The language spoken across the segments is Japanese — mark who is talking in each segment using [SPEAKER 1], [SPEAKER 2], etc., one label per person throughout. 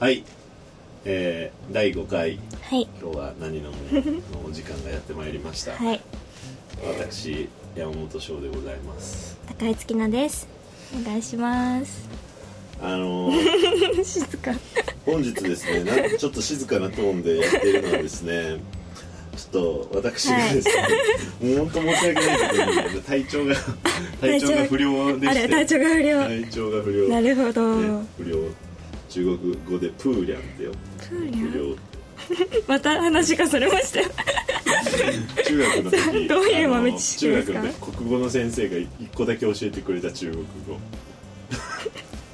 [SPEAKER 1] はいえー、第5回
[SPEAKER 2] はい
[SPEAKER 1] 今日は何ののお時間がやってまいりました、
[SPEAKER 2] はい
[SPEAKER 1] 私山本翔でございます
[SPEAKER 2] 高井月菜ですお願いします
[SPEAKER 1] あのー
[SPEAKER 2] 静か
[SPEAKER 1] 本日ですねなんちょっと静かなトーンでやっているのはですねちょっと私がですね、もう本当申し訳ないけど、体調 が体調が不良で
[SPEAKER 2] あ
[SPEAKER 1] し
[SPEAKER 2] れ
[SPEAKER 1] て
[SPEAKER 2] 体調が不良、
[SPEAKER 1] 体調が不良
[SPEAKER 2] なるほど、
[SPEAKER 1] ね不良中国語でプーリャンってよ
[SPEAKER 2] プー
[SPEAKER 1] 不
[SPEAKER 2] リ
[SPEAKER 1] 良
[SPEAKER 2] ャンまた話がそれましたよ
[SPEAKER 1] 中学の時
[SPEAKER 2] どういう
[SPEAKER 1] あの
[SPEAKER 2] 豆知識
[SPEAKER 1] 中
[SPEAKER 2] で
[SPEAKER 1] 学
[SPEAKER 2] すか
[SPEAKER 1] の時国語の先生が一個だけ教えてくれた中国語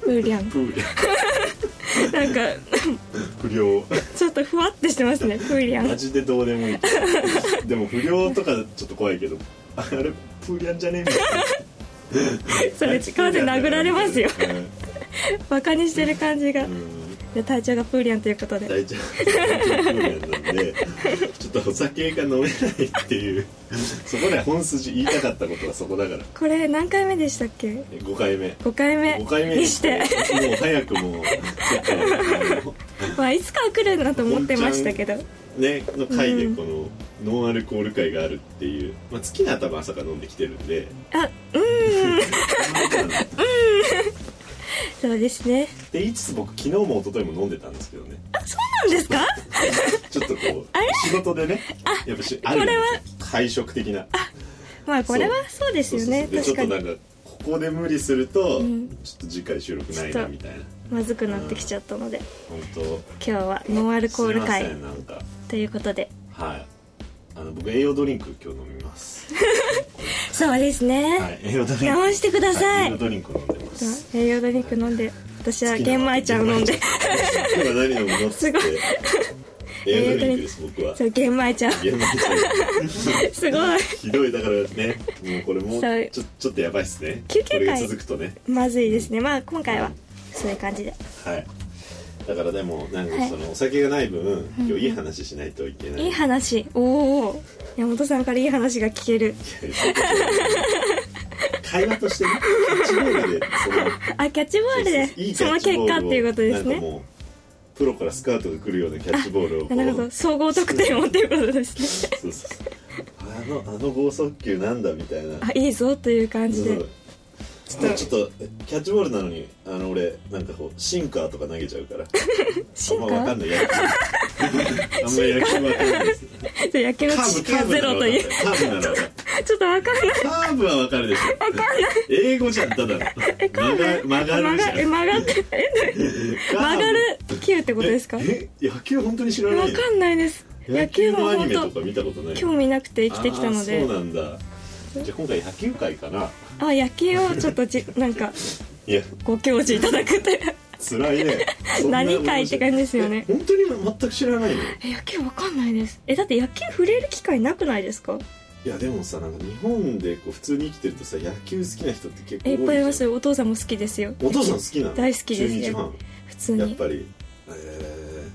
[SPEAKER 2] プーリャン
[SPEAKER 1] プーリャン
[SPEAKER 2] なんか
[SPEAKER 1] 不良
[SPEAKER 2] ちょっとふわってしてますねプーリャ
[SPEAKER 1] マ
[SPEAKER 2] ン
[SPEAKER 1] ジでどうでもいいでも不良とかちょっと怖いけどあれプーリャンじゃねえみたいな
[SPEAKER 2] それ力で殴られますよバカにしてる感じが、
[SPEAKER 1] うんうん
[SPEAKER 2] で体調がプーリャンということで
[SPEAKER 1] 大丈夫大丈夫なんでちょっとお酒が飲めないっていうそこで本筋言いたかったことはそこだから
[SPEAKER 2] これ何回目でしたっけ
[SPEAKER 1] 5回目
[SPEAKER 2] 5回目
[SPEAKER 1] 5回目
[SPEAKER 2] にして
[SPEAKER 1] もう早くもうちょっ
[SPEAKER 2] まあいつかは来るなと思ってましたけど
[SPEAKER 1] とねの回で
[SPEAKER 2] うん
[SPEAKER 1] このノンアルコール会があるっていう、まあ、月菜は多分朝から飲んできてるんで
[SPEAKER 2] あそうですね
[SPEAKER 1] でいつ僕昨日も一昨日も飲んでたんですけど ね
[SPEAKER 2] なんですか
[SPEAKER 1] ちょっとこう仕事でねやっぱしある
[SPEAKER 2] これは
[SPEAKER 1] 会食的な
[SPEAKER 2] まあこれはそうですよね
[SPEAKER 1] そうそうそうでちょっと
[SPEAKER 2] 確か
[SPEAKER 1] な
[SPEAKER 2] に
[SPEAKER 1] んかここで無理すると、
[SPEAKER 2] ん
[SPEAKER 1] ちょっと次回収録ない
[SPEAKER 2] ちょっ
[SPEAKER 1] な
[SPEAKER 2] と
[SPEAKER 1] みたいな
[SPEAKER 2] まずくなってきちゃったので
[SPEAKER 1] 本当
[SPEAKER 2] 今日はノンアルコール
[SPEAKER 1] すいませ
[SPEAKER 2] 会
[SPEAKER 1] んなんか
[SPEAKER 2] ということで
[SPEAKER 1] はいあの僕栄養ドリンク今日飲みます
[SPEAKER 2] そうですね、
[SPEAKER 1] はい、栄養ドリンク。
[SPEAKER 2] 我慢してくださ
[SPEAKER 1] はい栄
[SPEAKER 2] い
[SPEAKER 1] 養ドリンク飲んでます。
[SPEAKER 2] 栄養ドリンク飲んで私は玄米茶を飲んで
[SPEAKER 1] 今日は何飲むのっつって
[SPEAKER 2] すごい。
[SPEAKER 1] 栄養ドリンクです、僕は。
[SPEAKER 2] そう玄米茶
[SPEAKER 1] 玄米茶。
[SPEAKER 2] すごい
[SPEAKER 1] ひどいだからね、もうこれも
[SPEAKER 2] そう
[SPEAKER 1] うちょちょっとやばいっすね。
[SPEAKER 2] 休憩会
[SPEAKER 1] これが続くとね。
[SPEAKER 2] まずいですねまあ今回はそういう感じで
[SPEAKER 1] はい。だからでもなん
[SPEAKER 2] は
[SPEAKER 1] か
[SPEAKER 2] い
[SPEAKER 1] そのお酒がない分、今日いい話しないといけない。
[SPEAKER 2] いい話おお山本さんからいい話が聞ける
[SPEAKER 1] 会話としてね、キャッチボールでその
[SPEAKER 2] あキャッチボールで
[SPEAKER 1] いいキ
[SPEAKER 2] そ
[SPEAKER 1] ャ
[SPEAKER 2] の
[SPEAKER 1] ッチ
[SPEAKER 2] 結
[SPEAKER 1] ボールを
[SPEAKER 2] 果っていうことです
[SPEAKER 1] なんか
[SPEAKER 2] ね
[SPEAKER 1] もうプロからスカートが来るようなキャッチボールをこう
[SPEAKER 2] なるほど総合得点をっていうことですね
[SPEAKER 1] そうそうそうあのあの剛速球なんだみたいな
[SPEAKER 2] あいいぞという感
[SPEAKER 1] そ
[SPEAKER 2] じ
[SPEAKER 1] う
[SPEAKER 2] で
[SPEAKER 1] ち
[SPEAKER 2] ょっと
[SPEAKER 1] ょっとキャッチボールなのにあの俺なんかこうシンカーとか投げちゃうから
[SPEAKER 2] 進
[SPEAKER 1] あんま分
[SPEAKER 2] 化
[SPEAKER 1] かんない 野球あんまり野球分かんないです
[SPEAKER 2] 野球の知識がゼロという
[SPEAKER 1] カーブなら分かる
[SPEAKER 2] ちょっとわかんない
[SPEAKER 1] カーブは分かるでしょ分かんない英語じゃんただの曲が曲が
[SPEAKER 2] 曲
[SPEAKER 1] るじ
[SPEAKER 2] が
[SPEAKER 1] ゃん
[SPEAKER 2] え曲がって
[SPEAKER 1] カー
[SPEAKER 2] え曲
[SPEAKER 1] ブ
[SPEAKER 2] がる球ってことですかわ
[SPEAKER 1] ええ野球本当に知らない
[SPEAKER 2] かんないです野球
[SPEAKER 1] の
[SPEAKER 2] も
[SPEAKER 1] アニメと
[SPEAKER 2] 本
[SPEAKER 1] か見たことない
[SPEAKER 2] 当興味なくて生きてきたの
[SPEAKER 1] あ
[SPEAKER 2] で
[SPEAKER 1] ーそうなんだじゃあ今回野球界かな
[SPEAKER 2] あ野球をちょっとじなんか
[SPEAKER 1] いや
[SPEAKER 2] ご教示いただくという
[SPEAKER 1] 辛いねそんな
[SPEAKER 2] 何回って感じですよね
[SPEAKER 1] え本当に全く知らないの
[SPEAKER 2] え野球わかんないですえだって野球触れる機会なくないですか
[SPEAKER 1] いやでもさなんか日本でこう普通に生きてるとさ野球好きな人って結構多
[SPEAKER 2] え
[SPEAKER 1] い
[SPEAKER 2] いっぱいいま
[SPEAKER 1] じ
[SPEAKER 2] す
[SPEAKER 1] ゃん
[SPEAKER 2] よお父さんも好きですよ
[SPEAKER 1] お父さん好きなの
[SPEAKER 2] 大好きです
[SPEAKER 1] 中日フ
[SPEAKER 2] 普通
[SPEAKER 1] ァンやっ
[SPEAKER 2] に
[SPEAKER 1] ぱりえ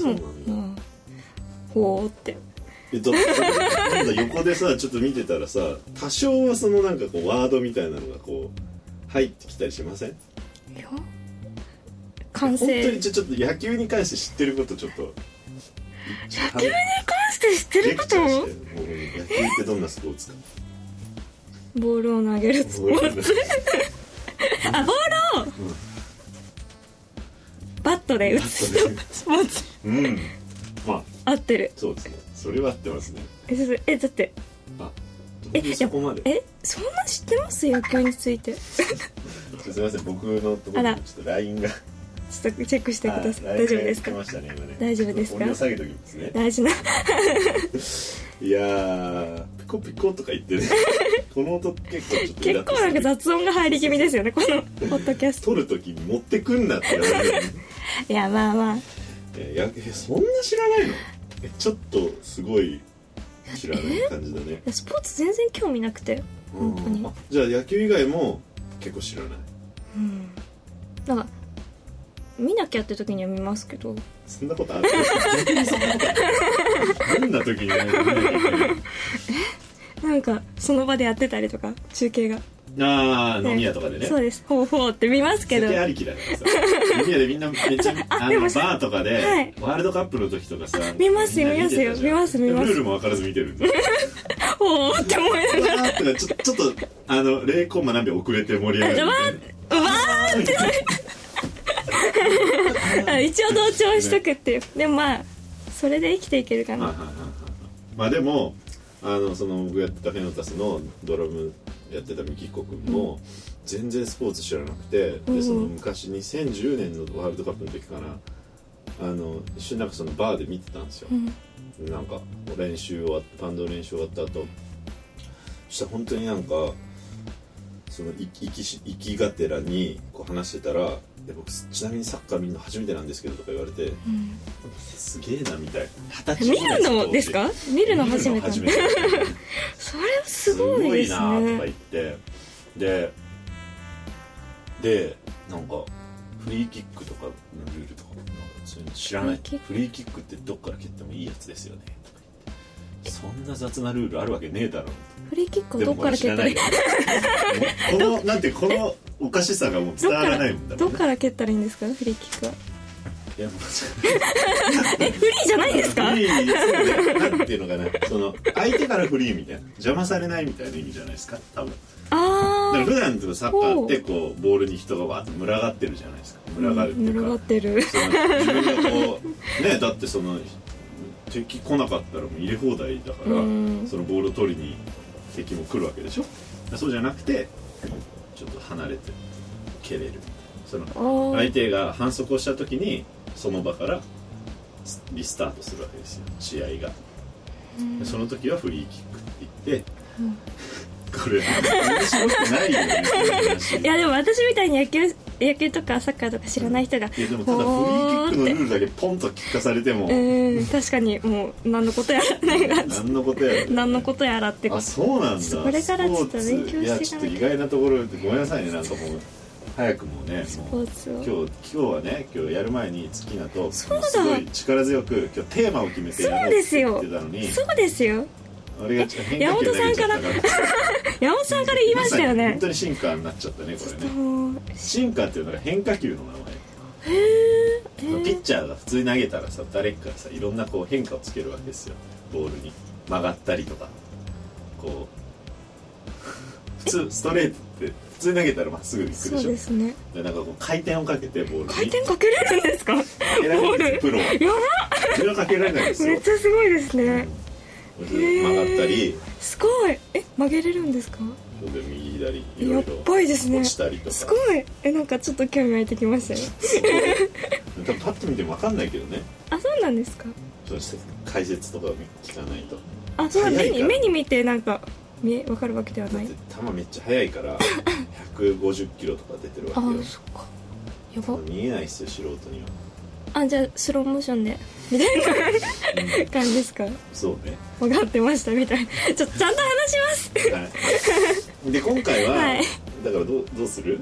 [SPEAKER 2] でも
[SPEAKER 1] そうなんだ
[SPEAKER 2] まあほーって
[SPEAKER 1] ーえっ となんだ横でさちょっと見てたらさ多少はそのなんかこうワードみたいなのがこう入ってきたりしません
[SPEAKER 2] いや完
[SPEAKER 1] 本当
[SPEAKER 2] 成
[SPEAKER 1] にちょちょっと野球に関して知ってることちょっと
[SPEAKER 2] 野球に関して知ってるこ
[SPEAKER 1] レクチャーしても
[SPEAKER 2] と
[SPEAKER 1] う野球ってどんなスポーツか
[SPEAKER 2] ボールを投げるスポーツあボールを
[SPEAKER 1] ん
[SPEAKER 2] バットで打つ
[SPEAKER 1] バットで
[SPEAKER 2] スポーツ
[SPEAKER 1] うんまあ
[SPEAKER 2] 合ってる
[SPEAKER 1] そうですねそれは合ってますね
[SPEAKER 2] えそうそうえだって
[SPEAKER 1] あ
[SPEAKER 2] え
[SPEAKER 1] どういうそこまで
[SPEAKER 2] えそんな知ってます野球について ち
[SPEAKER 1] すみません僕のとこ
[SPEAKER 2] あ
[SPEAKER 1] ろ
[SPEAKER 2] ら
[SPEAKER 1] にちょっと LINE が
[SPEAKER 2] ょっとチェックしてください
[SPEAKER 1] はい
[SPEAKER 2] 大丈夫ですか
[SPEAKER 1] 来ましたね今ね
[SPEAKER 2] 大丈夫ですか
[SPEAKER 1] 音量下げときますね
[SPEAKER 2] 大事ない
[SPEAKER 1] やーピコピコとか言っ てねこの音結構ちょっとイラ
[SPEAKER 2] 結
[SPEAKER 1] ッと
[SPEAKER 2] 構
[SPEAKER 1] す
[SPEAKER 2] な
[SPEAKER 1] る
[SPEAKER 2] んか雑音が入り気味ですよねこ のポッドキャスト
[SPEAKER 1] 撮るときに持ってくんなって言われる、
[SPEAKER 2] いやまあまあ
[SPEAKER 1] えーやえそんな知らないのえちょっとすごい知らない感じだね、
[SPEAKER 2] スポーツ全然興味なくて
[SPEAKER 1] うん
[SPEAKER 2] 本当に
[SPEAKER 1] あじゃあ野球以外も結構知らない
[SPEAKER 2] うんなんか見なきゃって時には見ますけど
[SPEAKER 1] そんなことある 逆にそんなことあるどんな時にやるの
[SPEAKER 2] なんかその場でやってたりとか中継が
[SPEAKER 1] ああ飲み屋とかでね
[SPEAKER 2] そうですほうほうって見ますけど
[SPEAKER 1] 世間ありきだからさ飲み屋でみんなめ っちゃあ
[SPEAKER 2] で
[SPEAKER 1] の
[SPEAKER 2] も
[SPEAKER 1] バ
[SPEAKER 2] そ
[SPEAKER 1] ーとかで、
[SPEAKER 2] はい
[SPEAKER 1] ワールドカップの時とかさ
[SPEAKER 2] 見ますよ
[SPEAKER 1] みんなてたじゃん
[SPEAKER 2] 見ますよ見ます見ます
[SPEAKER 1] ルールも分からず見てるんだわ
[SPEAKER 2] ほうって思いながら
[SPEAKER 1] ーってなちょちょっとあの0コンマ何秒遅れて盛り上がるみたいな
[SPEAKER 2] う わーってあ一応同調しとくっていうでもまあそれで生きていけるか
[SPEAKER 1] はい
[SPEAKER 2] な
[SPEAKER 1] はいはいはいまあでもあのその僕やってたフェノタスのドラムやってたミキコ君も全然スポーツ知らなくて、
[SPEAKER 2] う
[SPEAKER 1] で
[SPEAKER 2] ん
[SPEAKER 1] その昔2010年のワールドカップの時かなあの一緒になんかそのバーで見てたんですよ、
[SPEAKER 2] ん
[SPEAKER 1] なんか練習終わっバンドの練習終わった後そしたら本当になんかその行きし行きがてらにこう話してたら「で僕ちなみにサッカー見るの初めてなんですけど」とか言われて「すげえな」みたいな二十歳
[SPEAKER 2] 見
[SPEAKER 1] ぐらい
[SPEAKER 2] るのですか見るの初めて
[SPEAKER 1] 見るの初めて
[SPEAKER 2] それはすごいで
[SPEAKER 1] すごい
[SPEAKER 2] す
[SPEAKER 1] なとか
[SPEAKER 2] ね
[SPEAKER 1] 言ってででなんかフリーキックとかのルールとかなんかそういうの知らない
[SPEAKER 2] フリーキック
[SPEAKER 1] フリーキックってどっから蹴ってもいいやつですよねとか言ってそんな雑なルールあるわけねえだろ
[SPEAKER 2] フリーキックを
[SPEAKER 1] で
[SPEAKER 2] ど
[SPEAKER 1] も
[SPEAKER 2] っ
[SPEAKER 1] こ
[SPEAKER 2] か
[SPEAKER 1] れ
[SPEAKER 2] ら
[SPEAKER 1] 知
[SPEAKER 2] 蹴
[SPEAKER 1] ら
[SPEAKER 2] った
[SPEAKER 1] な
[SPEAKER 2] ら
[SPEAKER 1] い
[SPEAKER 2] いい
[SPEAKER 1] よこのなんてこのおかしさがもう伝
[SPEAKER 2] どっ
[SPEAKER 1] わ
[SPEAKER 2] からら
[SPEAKER 1] ないもんだ
[SPEAKER 2] ど
[SPEAKER 1] もん
[SPEAKER 2] っ
[SPEAKER 1] ね
[SPEAKER 2] から蹴ったらいいんですかフリーキックはい
[SPEAKER 1] やもう
[SPEAKER 2] えフリーじゃないんですか
[SPEAKER 1] フリーそうだよなんていうのかなその相手からフリーみたいな邪魔されないみたいな意味じゃないですか多分だから
[SPEAKER 2] あ
[SPEAKER 1] 普段のサッカーってこうボールに人がわーって群がってるじゃないですか
[SPEAKER 2] あ
[SPEAKER 1] 群がるっていう
[SPEAKER 2] 群
[SPEAKER 1] か、
[SPEAKER 2] がってる
[SPEAKER 1] その自分がこうねだってその敵来なかったらもう入れ放題だから
[SPEAKER 2] うん
[SPEAKER 1] そのボールを取りに敵も来るわけでしょそうじゃなくてちょっと離れて蹴れるその
[SPEAKER 2] あー
[SPEAKER 1] 相手が反則をした時にその場からリスタートするわけですよ試合が、でその時はフリーキックって言って、これ面白くないよねこの話
[SPEAKER 2] いやでも私みたいに野球野球とかサッカーとか知らない人が
[SPEAKER 1] いやでもただフリーキックのルールだけポンと聞かされても
[SPEAKER 2] うん確かにもう何のことやら ないが
[SPEAKER 1] 何のことやろ
[SPEAKER 2] 何のことやらって
[SPEAKER 1] あそうなんだ
[SPEAKER 2] これからちょっと勉強していかなきゃ
[SPEAKER 1] いやちょっと意外なところでごめんなさいねなんかもう早くもうねも
[SPEAKER 2] ポ
[SPEAKER 1] う
[SPEAKER 2] ーツを
[SPEAKER 1] 今日今日はね今日やる前に月菜とす
[SPEAKER 2] うだ
[SPEAKER 1] ごい力強く今日テーマを決めてやろうって言ってたのに
[SPEAKER 2] そうですよ
[SPEAKER 1] 俺がちょっと変化球投げちゃったから
[SPEAKER 2] 山本さんから言いましたよ
[SPEAKER 1] まさに
[SPEAKER 2] ね
[SPEAKER 1] 本当にシンカーになっちゃったねこれね
[SPEAKER 2] もう
[SPEAKER 1] シンカーっていうのが変化球の名前
[SPEAKER 2] へえ
[SPEAKER 1] ピッチャーが普通に投げたらさ誰かがさいろんなこう変化をつけるわけですよボールに曲がったりとかこう 普通ストレートって普通に投げたらまっすぐに行く
[SPEAKER 2] そ
[SPEAKER 1] で
[SPEAKER 2] う
[SPEAKER 1] しょ
[SPEAKER 2] ですね
[SPEAKER 1] でなんかこう回転をかけてボールに
[SPEAKER 2] 回転かけれるんですかボ
[SPEAKER 1] かけられる
[SPEAKER 2] ー
[SPEAKER 1] んです
[SPEAKER 2] ル
[SPEAKER 1] よプロは
[SPEAKER 2] や
[SPEAKER 1] それはかけられないです
[SPEAKER 2] ばめ
[SPEAKER 1] よ
[SPEAKER 2] っちゃすごいですね
[SPEAKER 1] うん曲がったり
[SPEAKER 2] すごいえ曲げれるんですか
[SPEAKER 1] で右左いろ
[SPEAKER 2] や
[SPEAKER 1] い
[SPEAKER 2] っ
[SPEAKER 1] ろ
[SPEAKER 2] ばいですね
[SPEAKER 1] 落ちたりとか
[SPEAKER 2] すごいえなんかちょっと興味湧いてきましたよ
[SPEAKER 1] そう多分パッと見ても分かんないけどね
[SPEAKER 2] あそうなんですか
[SPEAKER 1] ちょっと解説とか聞かないと
[SPEAKER 2] あそう
[SPEAKER 1] 早
[SPEAKER 2] 目
[SPEAKER 1] いか
[SPEAKER 2] に
[SPEAKER 1] ら
[SPEAKER 2] 目に見てなんか見えわかるわけでは
[SPEAKER 1] だ
[SPEAKER 2] な
[SPEAKER 1] っ
[SPEAKER 2] い
[SPEAKER 1] て球めっちゃ速い から150キロとか出てるわ
[SPEAKER 2] あ
[SPEAKER 1] けよ
[SPEAKER 2] そっかやば
[SPEAKER 1] 見えないっすよ素人には
[SPEAKER 2] あじゃあスローモーションでみたいな感じですか
[SPEAKER 1] そう ね
[SPEAKER 2] 分かってましたみたいなちょっとちゃんと話します
[SPEAKER 1] はいで今回は、
[SPEAKER 2] はい
[SPEAKER 1] だからどうどうする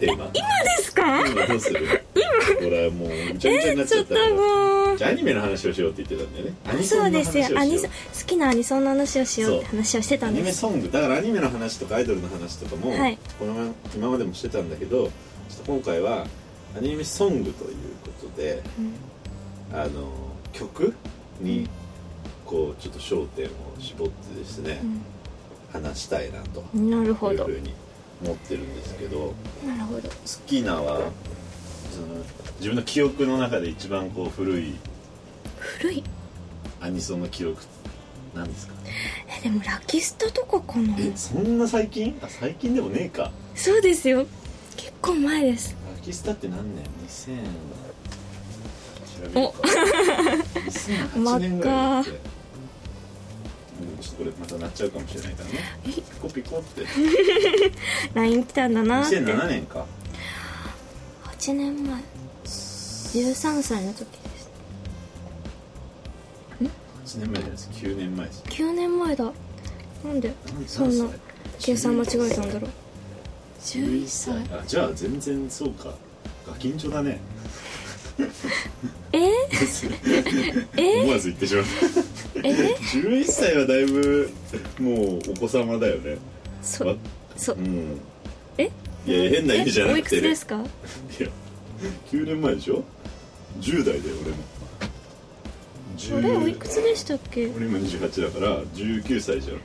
[SPEAKER 1] テーマ
[SPEAKER 2] ですか
[SPEAKER 1] 今どうするほらもうぐちゃぐちゃになっち
[SPEAKER 2] ち
[SPEAKER 1] ゃ
[SPEAKER 2] ょ
[SPEAKER 1] っ
[SPEAKER 2] った
[SPEAKER 1] か
[SPEAKER 2] と
[SPEAKER 1] ら
[SPEAKER 2] もう
[SPEAKER 1] じゃあアニメの話をしようって言ってたんだよねアニソ
[SPEAKER 2] そう
[SPEAKER 1] ンの
[SPEAKER 2] で
[SPEAKER 1] 話を
[SPEAKER 2] す
[SPEAKER 1] しよ
[SPEAKER 2] よ
[SPEAKER 1] う
[SPEAKER 2] アニソン好きなアニソンの話をしようって話をしてた
[SPEAKER 1] ア
[SPEAKER 2] ん
[SPEAKER 1] ニ
[SPEAKER 2] で
[SPEAKER 1] メ
[SPEAKER 2] す
[SPEAKER 1] ソングだからアニメの話とかアイドルの話とかも、
[SPEAKER 2] はい
[SPEAKER 1] このま今までもしてたんだけどちょっと今回はアニメソングということで、あの曲にこうちょっと焦点を絞ってですね、話したいなと
[SPEAKER 2] なるほ
[SPEAKER 1] いう
[SPEAKER 2] ど
[SPEAKER 1] ふうに思ってるんですけど
[SPEAKER 2] なるほど
[SPEAKER 1] スキーナはその自分の記憶の中で一番こう古い
[SPEAKER 2] 古い
[SPEAKER 1] アニソンの記憶なんですか
[SPEAKER 2] えでもラキスタとかかな
[SPEAKER 1] えそんな最近あ最近でもねえか
[SPEAKER 2] そうですよ結構前です
[SPEAKER 1] ラキスタって何年 ?2000 調べようか 2008年ぐらいだってうんちょっとこれまたなっちゃうかもしれないからねピコピコって
[SPEAKER 2] LINE 来たんだなって
[SPEAKER 1] 2007年か
[SPEAKER 2] 8年前13歳の時です
[SPEAKER 1] 8年前じゃないです9年前です
[SPEAKER 2] 9年前だなんで
[SPEAKER 1] 何
[SPEAKER 2] そんな
[SPEAKER 1] 何歳
[SPEAKER 2] 計算間違えたんだろう11歳
[SPEAKER 1] あじゃあ全然そうかガキンチョだね
[SPEAKER 2] えー、え
[SPEAKER 1] 思わず言ってしまった
[SPEAKER 2] えー、
[SPEAKER 1] 11歳はだいぶもうお子様だよね
[SPEAKER 2] そ
[SPEAKER 1] わ
[SPEAKER 2] そ
[SPEAKER 1] うん
[SPEAKER 2] え
[SPEAKER 1] いや変な意味じゃな
[SPEAKER 2] おい
[SPEAKER 1] く
[SPEAKER 2] く
[SPEAKER 1] て
[SPEAKER 2] つ
[SPEAKER 1] ね
[SPEAKER 2] ですか
[SPEAKER 1] いや9年前でしょ10代だよ俺も10
[SPEAKER 2] あれおいくつでしたっけ
[SPEAKER 1] 俺今28だから19歳じゃん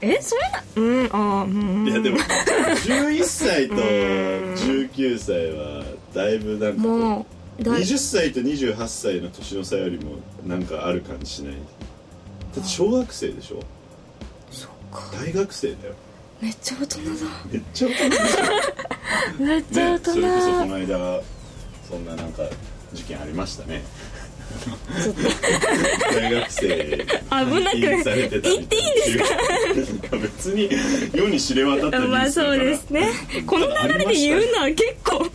[SPEAKER 2] えそれなうんあーうん
[SPEAKER 1] いやでも11歳と19歳はだいぶなんかこう
[SPEAKER 2] もうだい
[SPEAKER 1] 20歳と28歳の年の差よりもなんかある感じしないだって小学生でしょ
[SPEAKER 2] そっか
[SPEAKER 1] 大学生だよ
[SPEAKER 2] めっちゃ大人だ
[SPEAKER 1] めっちゃ大人でし
[SPEAKER 2] めっち
[SPEAKER 1] ょねそれこ
[SPEAKER 2] ゃ大
[SPEAKER 1] そこ
[SPEAKER 2] 人、
[SPEAKER 1] の間そんななんか事件ありましたね
[SPEAKER 2] ちょっと
[SPEAKER 1] 大学生
[SPEAKER 2] 危なく
[SPEAKER 1] 監禁されてたみたいですか別に世に知れ渡ったニュースだから
[SPEAKER 2] まあそうで すねこの流れで言うのは結構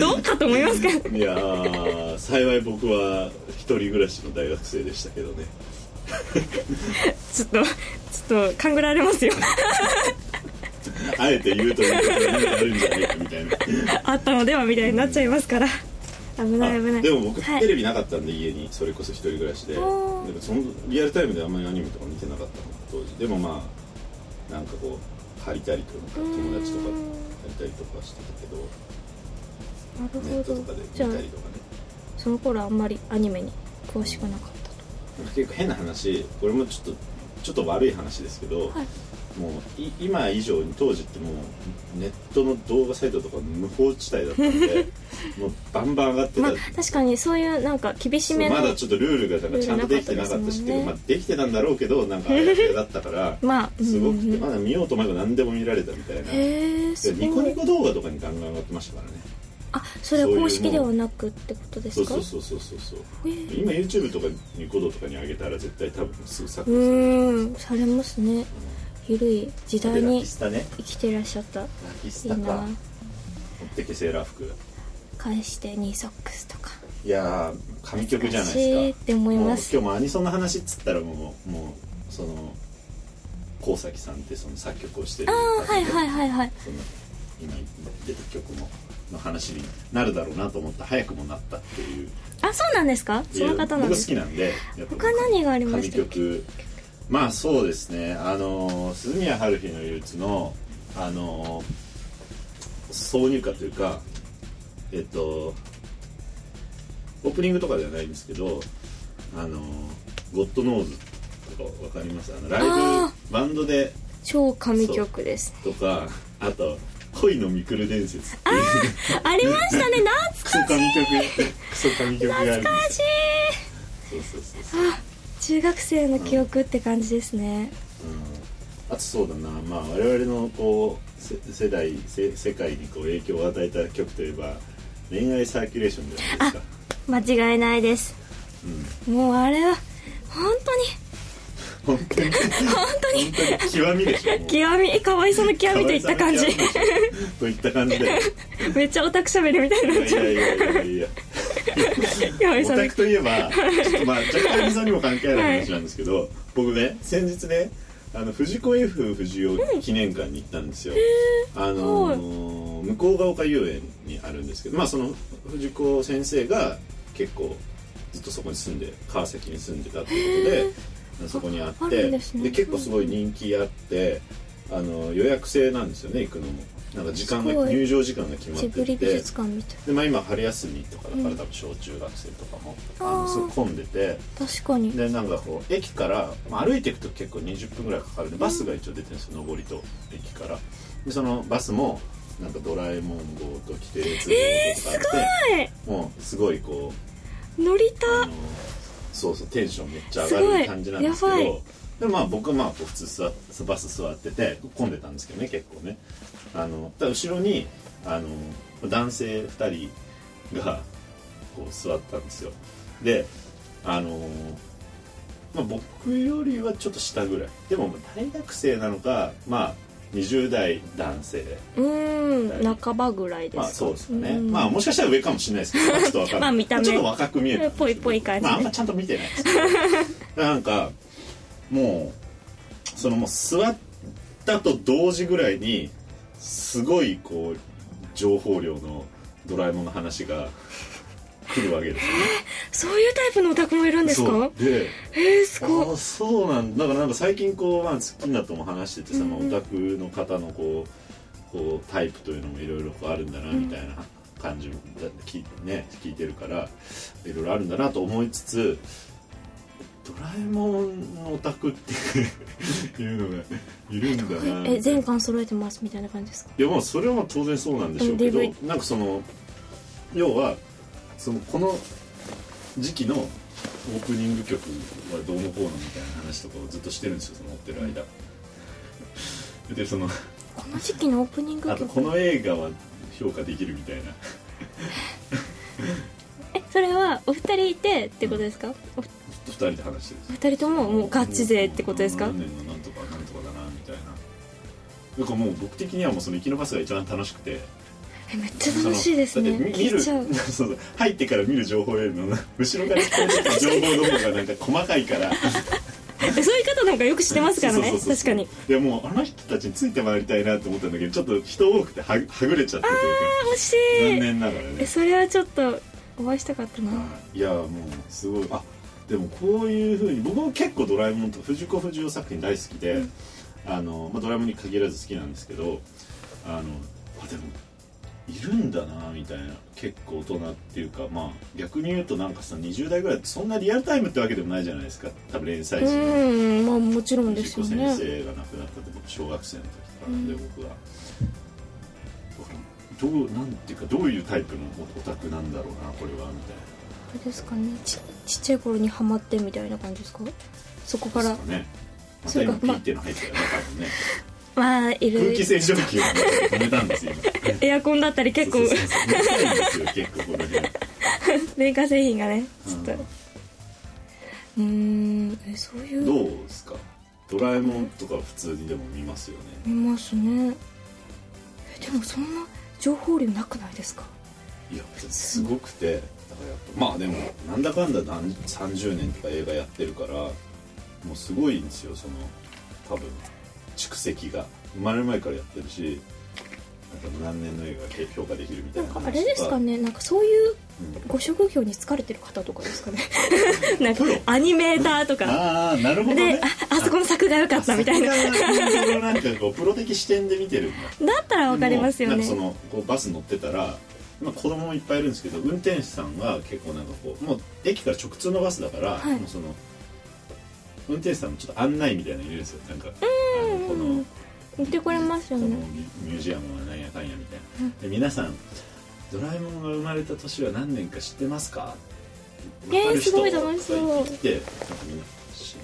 [SPEAKER 2] どうかと思いますけど
[SPEAKER 1] いやー幸い僕は一人暮らしの大学生でしたけどね
[SPEAKER 2] ちょっとちょっと勘ぐられ ますよ
[SPEAKER 1] あえて言うということは何かあるんじゃないかみたいな
[SPEAKER 2] あったのではみたいになっちゃいますから危ない危な
[SPEAKER 1] あ
[SPEAKER 2] い
[SPEAKER 1] でも僕
[SPEAKER 2] はい
[SPEAKER 1] テレビなかったんで家にそれこそ一人暮らしでで
[SPEAKER 2] お
[SPEAKER 1] も
[SPEAKER 2] ー
[SPEAKER 1] そのリアルタイムであんまりアニメとか見てなかったの当時でもまあなんかこう借りたりとか友達とか
[SPEAKER 2] うーん
[SPEAKER 1] 借りたりとかしてたけど
[SPEAKER 2] な
[SPEAKER 1] ネッ
[SPEAKER 2] る
[SPEAKER 1] ト
[SPEAKER 2] ほ
[SPEAKER 1] と
[SPEAKER 2] ど
[SPEAKER 1] かで見
[SPEAKER 2] じ
[SPEAKER 1] た
[SPEAKER 2] ゃあ
[SPEAKER 1] りとかね
[SPEAKER 2] その頃あんまりアニメに詳しくなかったと
[SPEAKER 1] なんか結構変な話これもちょっとちょっと悪い話ですけど、
[SPEAKER 2] はい
[SPEAKER 1] もうい今以上に当時ってもうネットの動画サイトとか無法地帯だったん でもうバンバン上がってた、
[SPEAKER 2] まあ確かにそういうなんか厳しめの
[SPEAKER 1] まだちょっとルールがなんかちゃんとできてなかったし
[SPEAKER 2] ルールな
[SPEAKER 1] まあ、
[SPEAKER 2] か
[SPEAKER 1] できてたんだろうけどなんかあやふやだったから
[SPEAKER 2] まあ
[SPEAKER 1] すごく
[SPEAKER 2] うんう
[SPEAKER 1] て
[SPEAKER 2] ん
[SPEAKER 1] まだ見ようと思えば何でも見られたみたいな、
[SPEAKER 2] へえす
[SPEAKER 1] でニコ
[SPEAKER 2] ご
[SPEAKER 1] ニ
[SPEAKER 2] い
[SPEAKER 1] コ動画とかにガンガン上がってましたからね
[SPEAKER 2] あそれは公式ではなくってことで
[SPEAKER 1] そ
[SPEAKER 2] す
[SPEAKER 1] う
[SPEAKER 2] か
[SPEAKER 1] そうそうそうそうそう
[SPEAKER 2] へー
[SPEAKER 1] 今 YouTube とかニコ動とかに上げたら絶対多分すぐ作
[SPEAKER 2] うーんされますねゆるい時
[SPEAKER 1] で
[SPEAKER 2] 代
[SPEAKER 1] ラ
[SPEAKER 2] に
[SPEAKER 1] キスタね
[SPEAKER 2] 生きてらっしゃったい
[SPEAKER 1] ラキス
[SPEAKER 2] い
[SPEAKER 1] タか
[SPEAKER 2] な
[SPEAKER 1] 持ってけセーラー服
[SPEAKER 2] 返してニーソックスとか
[SPEAKER 1] いやー神曲じゃない
[SPEAKER 2] 懐かしい
[SPEAKER 1] で
[SPEAKER 2] っ
[SPEAKER 1] すか
[SPEAKER 2] て思います
[SPEAKER 1] もう今日もアニソンの話っつったらもうもうその高崎さんってその作曲をしてる
[SPEAKER 2] ああはいはいはいはい
[SPEAKER 1] その今出た曲のの話になるだろうなと思った早くもなったっていう
[SPEAKER 2] あそうなんですかその方なんで
[SPEAKER 1] 僕好
[SPEAKER 2] す
[SPEAKER 1] きなんでやっぱ
[SPEAKER 2] 他何がありましたっ
[SPEAKER 1] 神曲まあそうですねあのー鈴宮春日の憂鬱のあのー挿入歌というかえっとオープニングとかではないんですけどあのーゴッドノーズとかわかりますあのライ
[SPEAKER 2] あ
[SPEAKER 1] ブバンドで
[SPEAKER 2] 超神曲です
[SPEAKER 1] とかあと恋のミクル伝説っていう
[SPEAKER 2] ありましたね懐
[SPEAKER 1] クソ神 曲クソ神曲があるんで
[SPEAKER 2] か
[SPEAKER 1] す
[SPEAKER 2] し
[SPEAKER 1] よ
[SPEAKER 2] い
[SPEAKER 1] そうそうそうそう
[SPEAKER 2] 中学生の記憶って感じですね、
[SPEAKER 1] うんあとそうだな、まあ、我々のこうせ世代せ世界にこう影響を与えた曲といえば恋愛サーキュレーションじゃないですか、
[SPEAKER 2] 間違いないです
[SPEAKER 1] うん、
[SPEAKER 2] もうあれは本当に
[SPEAKER 1] 本当に本当に極みでしょもう
[SPEAKER 2] 極みかわいそうの極みといった感じ
[SPEAKER 1] 可愛さの極みでしょといった感じ で
[SPEAKER 2] めっちゃオタクしゃべりみたいに
[SPEAKER 1] い
[SPEAKER 2] な
[SPEAKER 1] や
[SPEAKER 2] っ
[SPEAKER 1] い
[SPEAKER 2] ちゃう
[SPEAKER 1] や いやいやいや
[SPEAKER 2] かわい
[SPEAKER 1] オ
[SPEAKER 2] そう
[SPEAKER 1] タ
[SPEAKER 2] の
[SPEAKER 1] クといえばちょっとまあ若干さんにも関係ある話なんですけど、僕ね先日ねあの藤子 F 不二雄記念館に行ったんですよ、あのー向こうが丘遊園にあるんですけどまあその藤子先生が結構ずっとそこに住んで川崎に住んでたっていうことでそこにあって
[SPEAKER 2] あるんですね
[SPEAKER 1] 結構すごい人気あってあの予約制なんですよね行くのもなんか時間が
[SPEAKER 2] すごい
[SPEAKER 1] 入場時間が決まっ
[SPEAKER 2] ジ
[SPEAKER 1] てて
[SPEAKER 2] ブリ美術館みたい
[SPEAKER 1] でまあ、今春休みとかだか
[SPEAKER 2] う
[SPEAKER 1] ら
[SPEAKER 2] ん
[SPEAKER 1] 多分小中学生とかも、
[SPEAKER 2] あー
[SPEAKER 1] あのすごい混んでて
[SPEAKER 2] 確かに
[SPEAKER 1] でなんかこう駅から、まあ、歩いていくと結構20分ぐらいかかるんでバスが一応出てるんですよ上りと駅からでそのバスもなんかドラえもん号と規定列号とかあって、
[SPEAKER 2] え
[SPEAKER 1] もうすごいこう
[SPEAKER 2] 乗り
[SPEAKER 1] あ
[SPEAKER 2] た
[SPEAKER 1] のそうそうテンションめっちゃ
[SPEAKER 2] す
[SPEAKER 1] 上
[SPEAKER 2] ご
[SPEAKER 1] が
[SPEAKER 2] い
[SPEAKER 1] る感じなんです
[SPEAKER 2] やば
[SPEAKER 1] け
[SPEAKER 2] い
[SPEAKER 1] どでまあ僕はまあこう普通座バス座ってて混んでたんですけどね結構ねあのただ後ろにあの男性2人がこう座ったんですよであのまあ、僕よりはちょっと下ぐらいでも大学生なのかまあ20代男性
[SPEAKER 2] うーん半ばぐらいですか
[SPEAKER 1] まあそうですかね、
[SPEAKER 2] ん
[SPEAKER 1] まあもしかしたら上かもしれないですけどちょっとわかんない
[SPEAKER 2] まあ見た目
[SPEAKER 1] ちょっと若く見えたんですけど
[SPEAKER 2] ぽいぽい感じね
[SPEAKER 1] まああんまちゃんと見てないですけどなんかもうそのもう座ったと同時ぐらいにすごいこう情報量のドラえもんの話が来るわけですよ
[SPEAKER 2] そういうタイプのオタクもいるんです
[SPEAKER 1] そ
[SPEAKER 2] か
[SPEAKER 1] うで
[SPEAKER 2] えー、す
[SPEAKER 1] あ
[SPEAKER 2] ご
[SPEAKER 1] あ
[SPEAKER 2] い
[SPEAKER 1] そうなんだだからなんか最近こう、まあ、スッキリナとも話しててさ、まあ
[SPEAKER 2] うんうん
[SPEAKER 1] オタクの方のこうこうタイプというのもいろいろこうあるんだなみたいな感じもだ聞い,、ね、聞いてるからいろいろあるんだなと思いつつ「ドラえもんのオタク」っていうのがいるんだな
[SPEAKER 2] え全巻揃えてますみたいな感じですか
[SPEAKER 1] いやまあそれは当然そうなんでしょうけど、
[SPEAKER 2] うん DV
[SPEAKER 1] なんかその要はそのこの時期のオープニング曲はどうのこうのみたいな話とかをずっとしてるんですよその追ってる間でその
[SPEAKER 2] この時期のオープニング
[SPEAKER 1] あとこ
[SPEAKER 2] 曲
[SPEAKER 1] の映画は評価できるみたいな
[SPEAKER 2] えそれはお二人いてってことですかお
[SPEAKER 1] 二人で話してるんです
[SPEAKER 2] お二人とももうガチ勢ってことですか
[SPEAKER 1] 何年のなんとかなんとかだなみたいななんかもう僕的にはもうその生き延ばすが一番楽しくて
[SPEAKER 2] えめっちゃ楽しいですね
[SPEAKER 1] そのだって見
[SPEAKER 2] 聞
[SPEAKER 1] る
[SPEAKER 2] いちゃう
[SPEAKER 1] そうそう入ってから見る情報よりも後ろから聞こえてきた情報の方がなんか細かいから
[SPEAKER 2] えそういう方なんかよく知ってますからね
[SPEAKER 1] そうそう
[SPEAKER 2] 確
[SPEAKER 1] そ
[SPEAKER 2] か
[SPEAKER 1] う
[SPEAKER 2] に
[SPEAKER 1] でもうあの人たちについて回りたいなと思ったんだけどちょっと人多くてははぐれちゃってという
[SPEAKER 2] 惜し
[SPEAKER 1] か残
[SPEAKER 2] い
[SPEAKER 1] 念ながら
[SPEAKER 2] え
[SPEAKER 1] ね
[SPEAKER 2] それはちょっとお会いしたかったな
[SPEAKER 1] はいいやもうすごいあでもこういうふうに僕も結構「ドラえもん」と藤子不二雄作品大好きで、
[SPEAKER 2] うん
[SPEAKER 1] あのまあ、ドラえもんに限らず好きなんですけどあのあでもいるんだなみたいな結構大人っていうかまあ逆に言うとなんかさ20代ぐらいってそんなリアルタイムってわけでもないじゃないですか多分連載
[SPEAKER 2] う
[SPEAKER 1] 誌の
[SPEAKER 2] んまあもちろんで
[SPEAKER 1] 藤
[SPEAKER 2] す
[SPEAKER 1] 子
[SPEAKER 2] よ
[SPEAKER 1] 先
[SPEAKER 2] ね
[SPEAKER 1] 生が亡くなった時僕小学生の時から
[SPEAKER 2] うん
[SPEAKER 1] で僕は、だからどうなんていうかどういうタイプのオタクなんだろうなこれはみたいな。
[SPEAKER 2] あれですかねちちっちゃい頃にハマってみたいな感じですかそこから
[SPEAKER 1] ですかねま
[SPEAKER 2] そ
[SPEAKER 1] た
[SPEAKER 2] うか
[SPEAKER 1] 今ピーっていうの入ってるよね多分ね
[SPEAKER 2] まあい
[SPEAKER 1] 空
[SPEAKER 2] る
[SPEAKER 1] 気清浄機をね止めたんですよ今
[SPEAKER 2] エアコンだったり結構
[SPEAKER 1] そうそうそううるさいんですよ結構この辺
[SPEAKER 2] 電化製品がねちょっと
[SPEAKER 1] う
[SPEAKER 2] うんーんえそういう
[SPEAKER 1] どうですかドラえもんとか普通にでも見ますよね
[SPEAKER 2] 見ますねえでもそんな情報量なくないですか
[SPEAKER 1] いやすごくてだからやっぱまあでもなんだかんだ何30年とか映画やってるからもうすごいんですよその多分蓄積が生まれる前からやってるしなんか何年の映画が評価できるみた
[SPEAKER 2] ないん
[SPEAKER 1] な話と
[SPEAKER 2] かあれですかねなんかそういう
[SPEAKER 1] うん
[SPEAKER 2] ご職業に疲れてる方とかですかね なんか
[SPEAKER 1] プロ
[SPEAKER 2] アニメーターとか
[SPEAKER 1] ああなるほど
[SPEAKER 2] で
[SPEAKER 1] ね
[SPEAKER 2] ああそこの作が良かったみたいなだ
[SPEAKER 1] そこからいろいろなんかこうプロ的視点で見てるんだ
[SPEAKER 2] ったらわかりますよ
[SPEAKER 1] なん
[SPEAKER 2] ね
[SPEAKER 1] かそのこうバス乗ってたら、まあ、子供もいっぱいいるんですけど運転手さんが結構なんかこうもう駅から直通のバスだから、
[SPEAKER 2] はい
[SPEAKER 1] もうその運転手さんもちょっと案内みたいなの入れるんですよなんかあのこの
[SPEAKER 2] 見てこれますよ
[SPEAKER 1] この
[SPEAKER 2] ね
[SPEAKER 1] ミュージアムはなんやかんやみたいな、で皆さん「ドラえもんが生まれた年は何年か知ってますか?」
[SPEAKER 2] えー
[SPEAKER 1] わかる人
[SPEAKER 2] すごい楽しそう
[SPEAKER 1] とか言ってきてなんかみんな知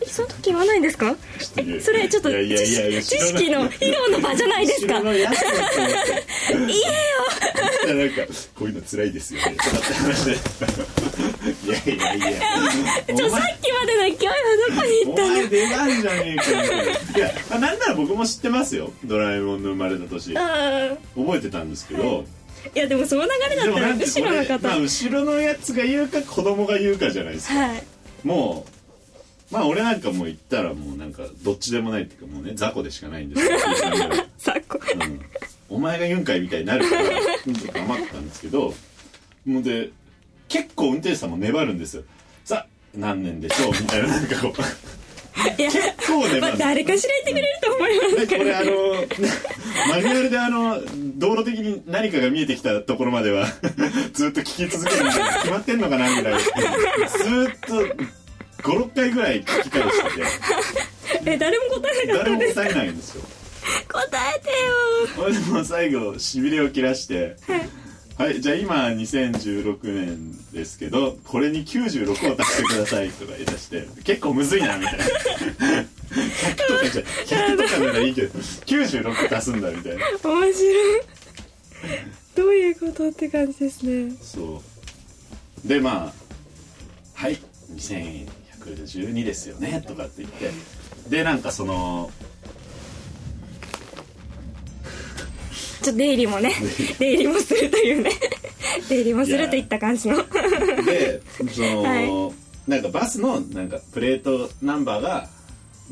[SPEAKER 2] えその時言わないんですか
[SPEAKER 1] ってる
[SPEAKER 2] それちょっと
[SPEAKER 1] いやいやいやいや
[SPEAKER 2] 知識の披露の場じゃないですか
[SPEAKER 1] 後ろのやつだと思って言えよなんかこういうの辛いですよねとかって話でいやいやいや
[SPEAKER 2] ちょ
[SPEAKER 1] お
[SPEAKER 2] さ
[SPEAKER 1] 前
[SPEAKER 2] っきまでの勢いはどこに行
[SPEAKER 1] お
[SPEAKER 2] ったの
[SPEAKER 1] 前出番じゃねえかみたいないや、まあ、なんなら僕も知ってますよドラえもんの生まれた年覚
[SPEAKER 2] あ
[SPEAKER 1] えてたんですけど
[SPEAKER 2] ーいやでもその流れだ
[SPEAKER 1] で
[SPEAKER 2] っ
[SPEAKER 1] も
[SPEAKER 2] た
[SPEAKER 1] な
[SPEAKER 2] ら
[SPEAKER 1] んてこ
[SPEAKER 2] 後ろの
[SPEAKER 1] れ、
[SPEAKER 2] 方、
[SPEAKER 1] まあ、後ろのやつが言うか子供が言うかじゃないですか
[SPEAKER 2] はい
[SPEAKER 1] もうまあ俺なんかもう言ったらもうなんかどっちでもないっていうかもうね雑魚でしかないん ですよ
[SPEAKER 2] さっこ
[SPEAKER 1] うんお前が言うんかいみたいになるから黙ってたんですけどもうで結構運転手さんも粘るんですよさあ何年でしょうみたいななんか こう
[SPEAKER 2] いや
[SPEAKER 1] 結構粘
[SPEAKER 2] まあ
[SPEAKER 1] る
[SPEAKER 2] 誰かしら言ってくれると思います
[SPEAKER 1] で
[SPEAKER 2] か
[SPEAKER 1] これ
[SPEAKER 2] ら
[SPEAKER 1] あのマニュアルであの道路的に何かが見えてきたところまでは ずっと聞き続けるみたいな決まってんのかなぐらいずーっと56回ぐらい聞き 返して
[SPEAKER 2] え誰も答え
[SPEAKER 1] て
[SPEAKER 2] なかっ
[SPEAKER 1] 誰
[SPEAKER 2] た
[SPEAKER 1] も
[SPEAKER 2] です
[SPEAKER 1] 答えないんですよ
[SPEAKER 2] 答えて
[SPEAKER 1] それでも最後しびれを切らしてはいじゃあ今2016年ですけどこれに96を足してくださいとか言い出して結構むずいなみたいな100とかじゃ100とかならいいけど96足すんだみたいな
[SPEAKER 2] よ面白いどういうことって感じですね
[SPEAKER 1] そうでまあ「はい2112ですよね」とかって言ってでなんかその
[SPEAKER 2] ちょっと出入 りもね出入りもするというね出入りもするといった感じの
[SPEAKER 1] でその、
[SPEAKER 2] は
[SPEAKER 1] なんかバスのなんかプレートナンバーが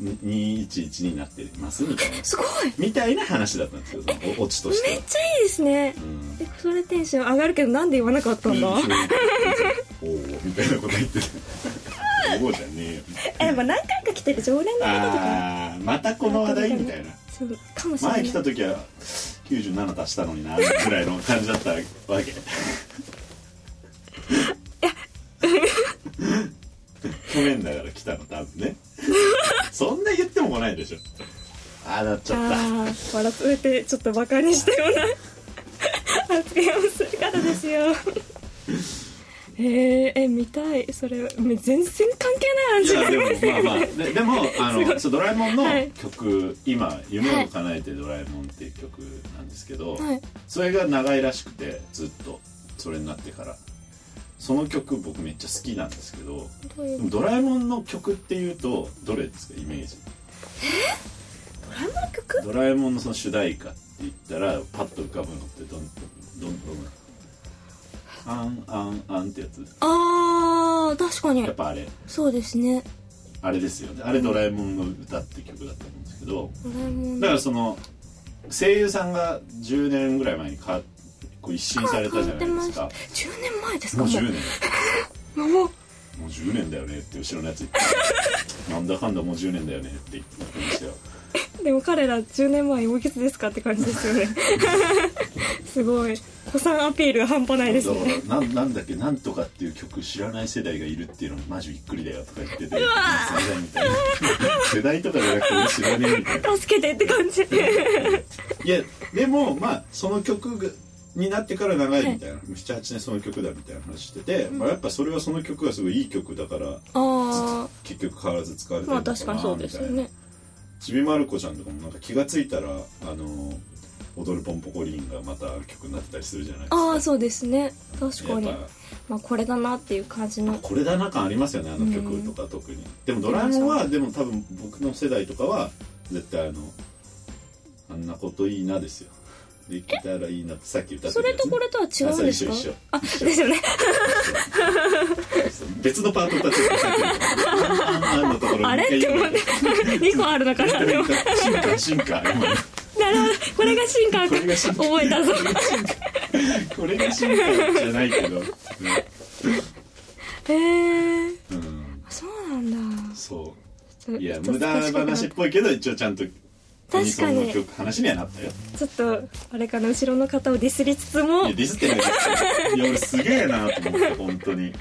[SPEAKER 1] 2112になってますみたいな
[SPEAKER 2] すごい
[SPEAKER 1] みたいな話だったんですよそのおオチとして
[SPEAKER 2] め
[SPEAKER 1] は
[SPEAKER 2] っちゃいいですね
[SPEAKER 1] うん
[SPEAKER 2] えそれテンション上がるけどなんで言わなかったんだ
[SPEAKER 1] おおみたいなこと言ってるおおじゃねえよ
[SPEAKER 2] えでも何回か来てる常連の方とか
[SPEAKER 1] あーまたこの話題みたいな
[SPEAKER 2] そうかもしれな
[SPEAKER 1] 前
[SPEAKER 2] い
[SPEAKER 1] 来た時は97足したのになぐらいの感じだったわけ去年だから来たの多分ねそんな言っても来ないでしょああなっちゃった
[SPEAKER 2] ああ笑っててちょっとバカにしたような 発言をする方で すよえー、え見たいそれめ全然関
[SPEAKER 1] い
[SPEAKER 2] 係ない話
[SPEAKER 1] や
[SPEAKER 2] になります
[SPEAKER 1] でもまあまあででもあのそうドラえもんの
[SPEAKER 2] はい
[SPEAKER 1] 曲、今「夢を叶えてドラえもん」っていう曲なんですけど、
[SPEAKER 2] はい
[SPEAKER 1] それが長いらしくてずっとそれになってからその曲僕めっちゃ好きなんですけど
[SPEAKER 2] どうい
[SPEAKER 1] で
[SPEAKER 2] う
[SPEAKER 1] もドラえもんの曲っていうとどれですかイメージ
[SPEAKER 2] ドラえもんの曲
[SPEAKER 1] ドラえもんのその主題歌って言ったらパッと浮かぶのってどんどんどんどんあんあんあんってやつ
[SPEAKER 2] あー確かに
[SPEAKER 1] やっぱあれ
[SPEAKER 2] そうですね
[SPEAKER 1] あれですよねあれ「ドラえもんの歌」って曲だと思うんですけど
[SPEAKER 2] ドラえもん
[SPEAKER 1] だ
[SPEAKER 2] の
[SPEAKER 1] からその声優さんが10年ぐらい前にかこう一新されたじゃないですか
[SPEAKER 2] 10年前ですか
[SPEAKER 1] もう
[SPEAKER 2] も
[SPEAKER 1] 10
[SPEAKER 2] う
[SPEAKER 1] 年
[SPEAKER 2] もう
[SPEAKER 1] もう10年だよねって後ろのやつ言ってなんだかんだもう10年だよねって言ってましたよ
[SPEAKER 2] でも彼ら10年前おいくつですかって感じです よねすごい子さんアピール半端ないですね
[SPEAKER 1] だからななんだっけ「なんとか」っていう曲知らない世代がいるっていうのマジびっくりだよとか言っててみたいな世代とかじゃなくて俺知らねえみたいな
[SPEAKER 2] 助けてって感じ
[SPEAKER 1] いやでもまあその曲がになってから長いみたいな、78年その曲だみたいな話してて、まあ、やっぱそれはその曲がすごいいい曲だから
[SPEAKER 2] あ
[SPEAKER 1] 結局変わらず使われ
[SPEAKER 2] あ
[SPEAKER 1] てる
[SPEAKER 2] まあ
[SPEAKER 1] のかな
[SPEAKER 2] 確かにそうですよ
[SPEAKER 1] みたいな
[SPEAKER 2] ね
[SPEAKER 1] ちびまる子ちゃんとかもなんか気がついたらあの踊るポンポコリンがまた曲になってたりするじゃないですか
[SPEAKER 2] ああそうですね確かに
[SPEAKER 1] やっぱ
[SPEAKER 2] まあこれだなっていう感じの
[SPEAKER 1] これだな感ありますよねあの曲とか特に、でも「ドラえもんは」でも多分僕の世代とかは絶対あの「あんなこといいな」ですよできたらいいなってさっき歌ってた
[SPEAKER 2] それ
[SPEAKER 1] やつ
[SPEAKER 2] と
[SPEAKER 1] ね
[SPEAKER 2] これとは違うんですか
[SPEAKER 1] あそう一緒一緒
[SPEAKER 2] あ
[SPEAKER 1] 一緒
[SPEAKER 2] ですよね
[SPEAKER 1] 別のパート歌ってるあんあんのところ
[SPEAKER 2] あれって思って 2個あるのかなでも
[SPEAKER 1] 進化進化今ね
[SPEAKER 2] なるほどこれが進化
[SPEAKER 1] こ
[SPEAKER 2] か
[SPEAKER 1] れが進化
[SPEAKER 2] 覚えたぞ
[SPEAKER 1] これが進化じゃないけど、ね
[SPEAKER 2] へえー、
[SPEAKER 1] うん
[SPEAKER 2] そうなんだ
[SPEAKER 1] そ
[SPEAKER 2] ちょ
[SPEAKER 1] ういや
[SPEAKER 2] ちょ
[SPEAKER 1] 無
[SPEAKER 2] っと
[SPEAKER 1] 駄話っぽいけど一応ちゃんと
[SPEAKER 2] 確か
[SPEAKER 1] ア
[SPEAKER 2] に
[SPEAKER 1] ニソンの曲話にはなったよ
[SPEAKER 2] ちょっとあれかな後ろの方をディスりつつも
[SPEAKER 1] いやディスってないですよいや俺すげえなと思って本当に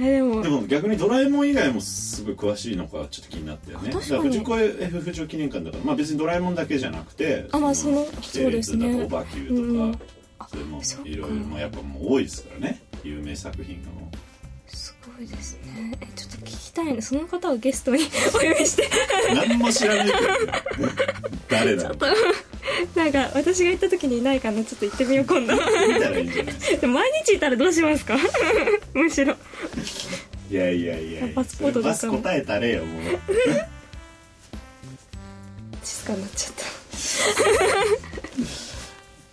[SPEAKER 2] えでも
[SPEAKER 1] でも逆にドラえもん以外もすごい詳しいのかちょっと気になったよね
[SPEAKER 2] あ
[SPEAKER 1] だ
[SPEAKER 2] 確かに
[SPEAKER 1] から藤子 F 不二雄記念館だからまあ別にドラえもんだけじゃなくて
[SPEAKER 2] あまあその
[SPEAKER 1] 規定列
[SPEAKER 2] そうですね
[SPEAKER 1] だとオバキューとか、それも
[SPEAKER 2] そっか
[SPEAKER 1] いろいろまあやっぱもう多いですからね有名作品がも
[SPEAKER 2] すごいですねえちょっと聞きたいねその方をゲストにお呼びして
[SPEAKER 1] う何も知らないけど 誰だろう見
[SPEAKER 2] なんか私が行った時にいないかなちょっと行ってみよう今 度
[SPEAKER 1] たらいいんじゃない
[SPEAKER 2] でも毎日いたらどうしますか むしろ
[SPEAKER 1] いやいやいやいや
[SPEAKER 2] パスポートとかも
[SPEAKER 1] バス答えたれよもう
[SPEAKER 2] 静かになっちゃっ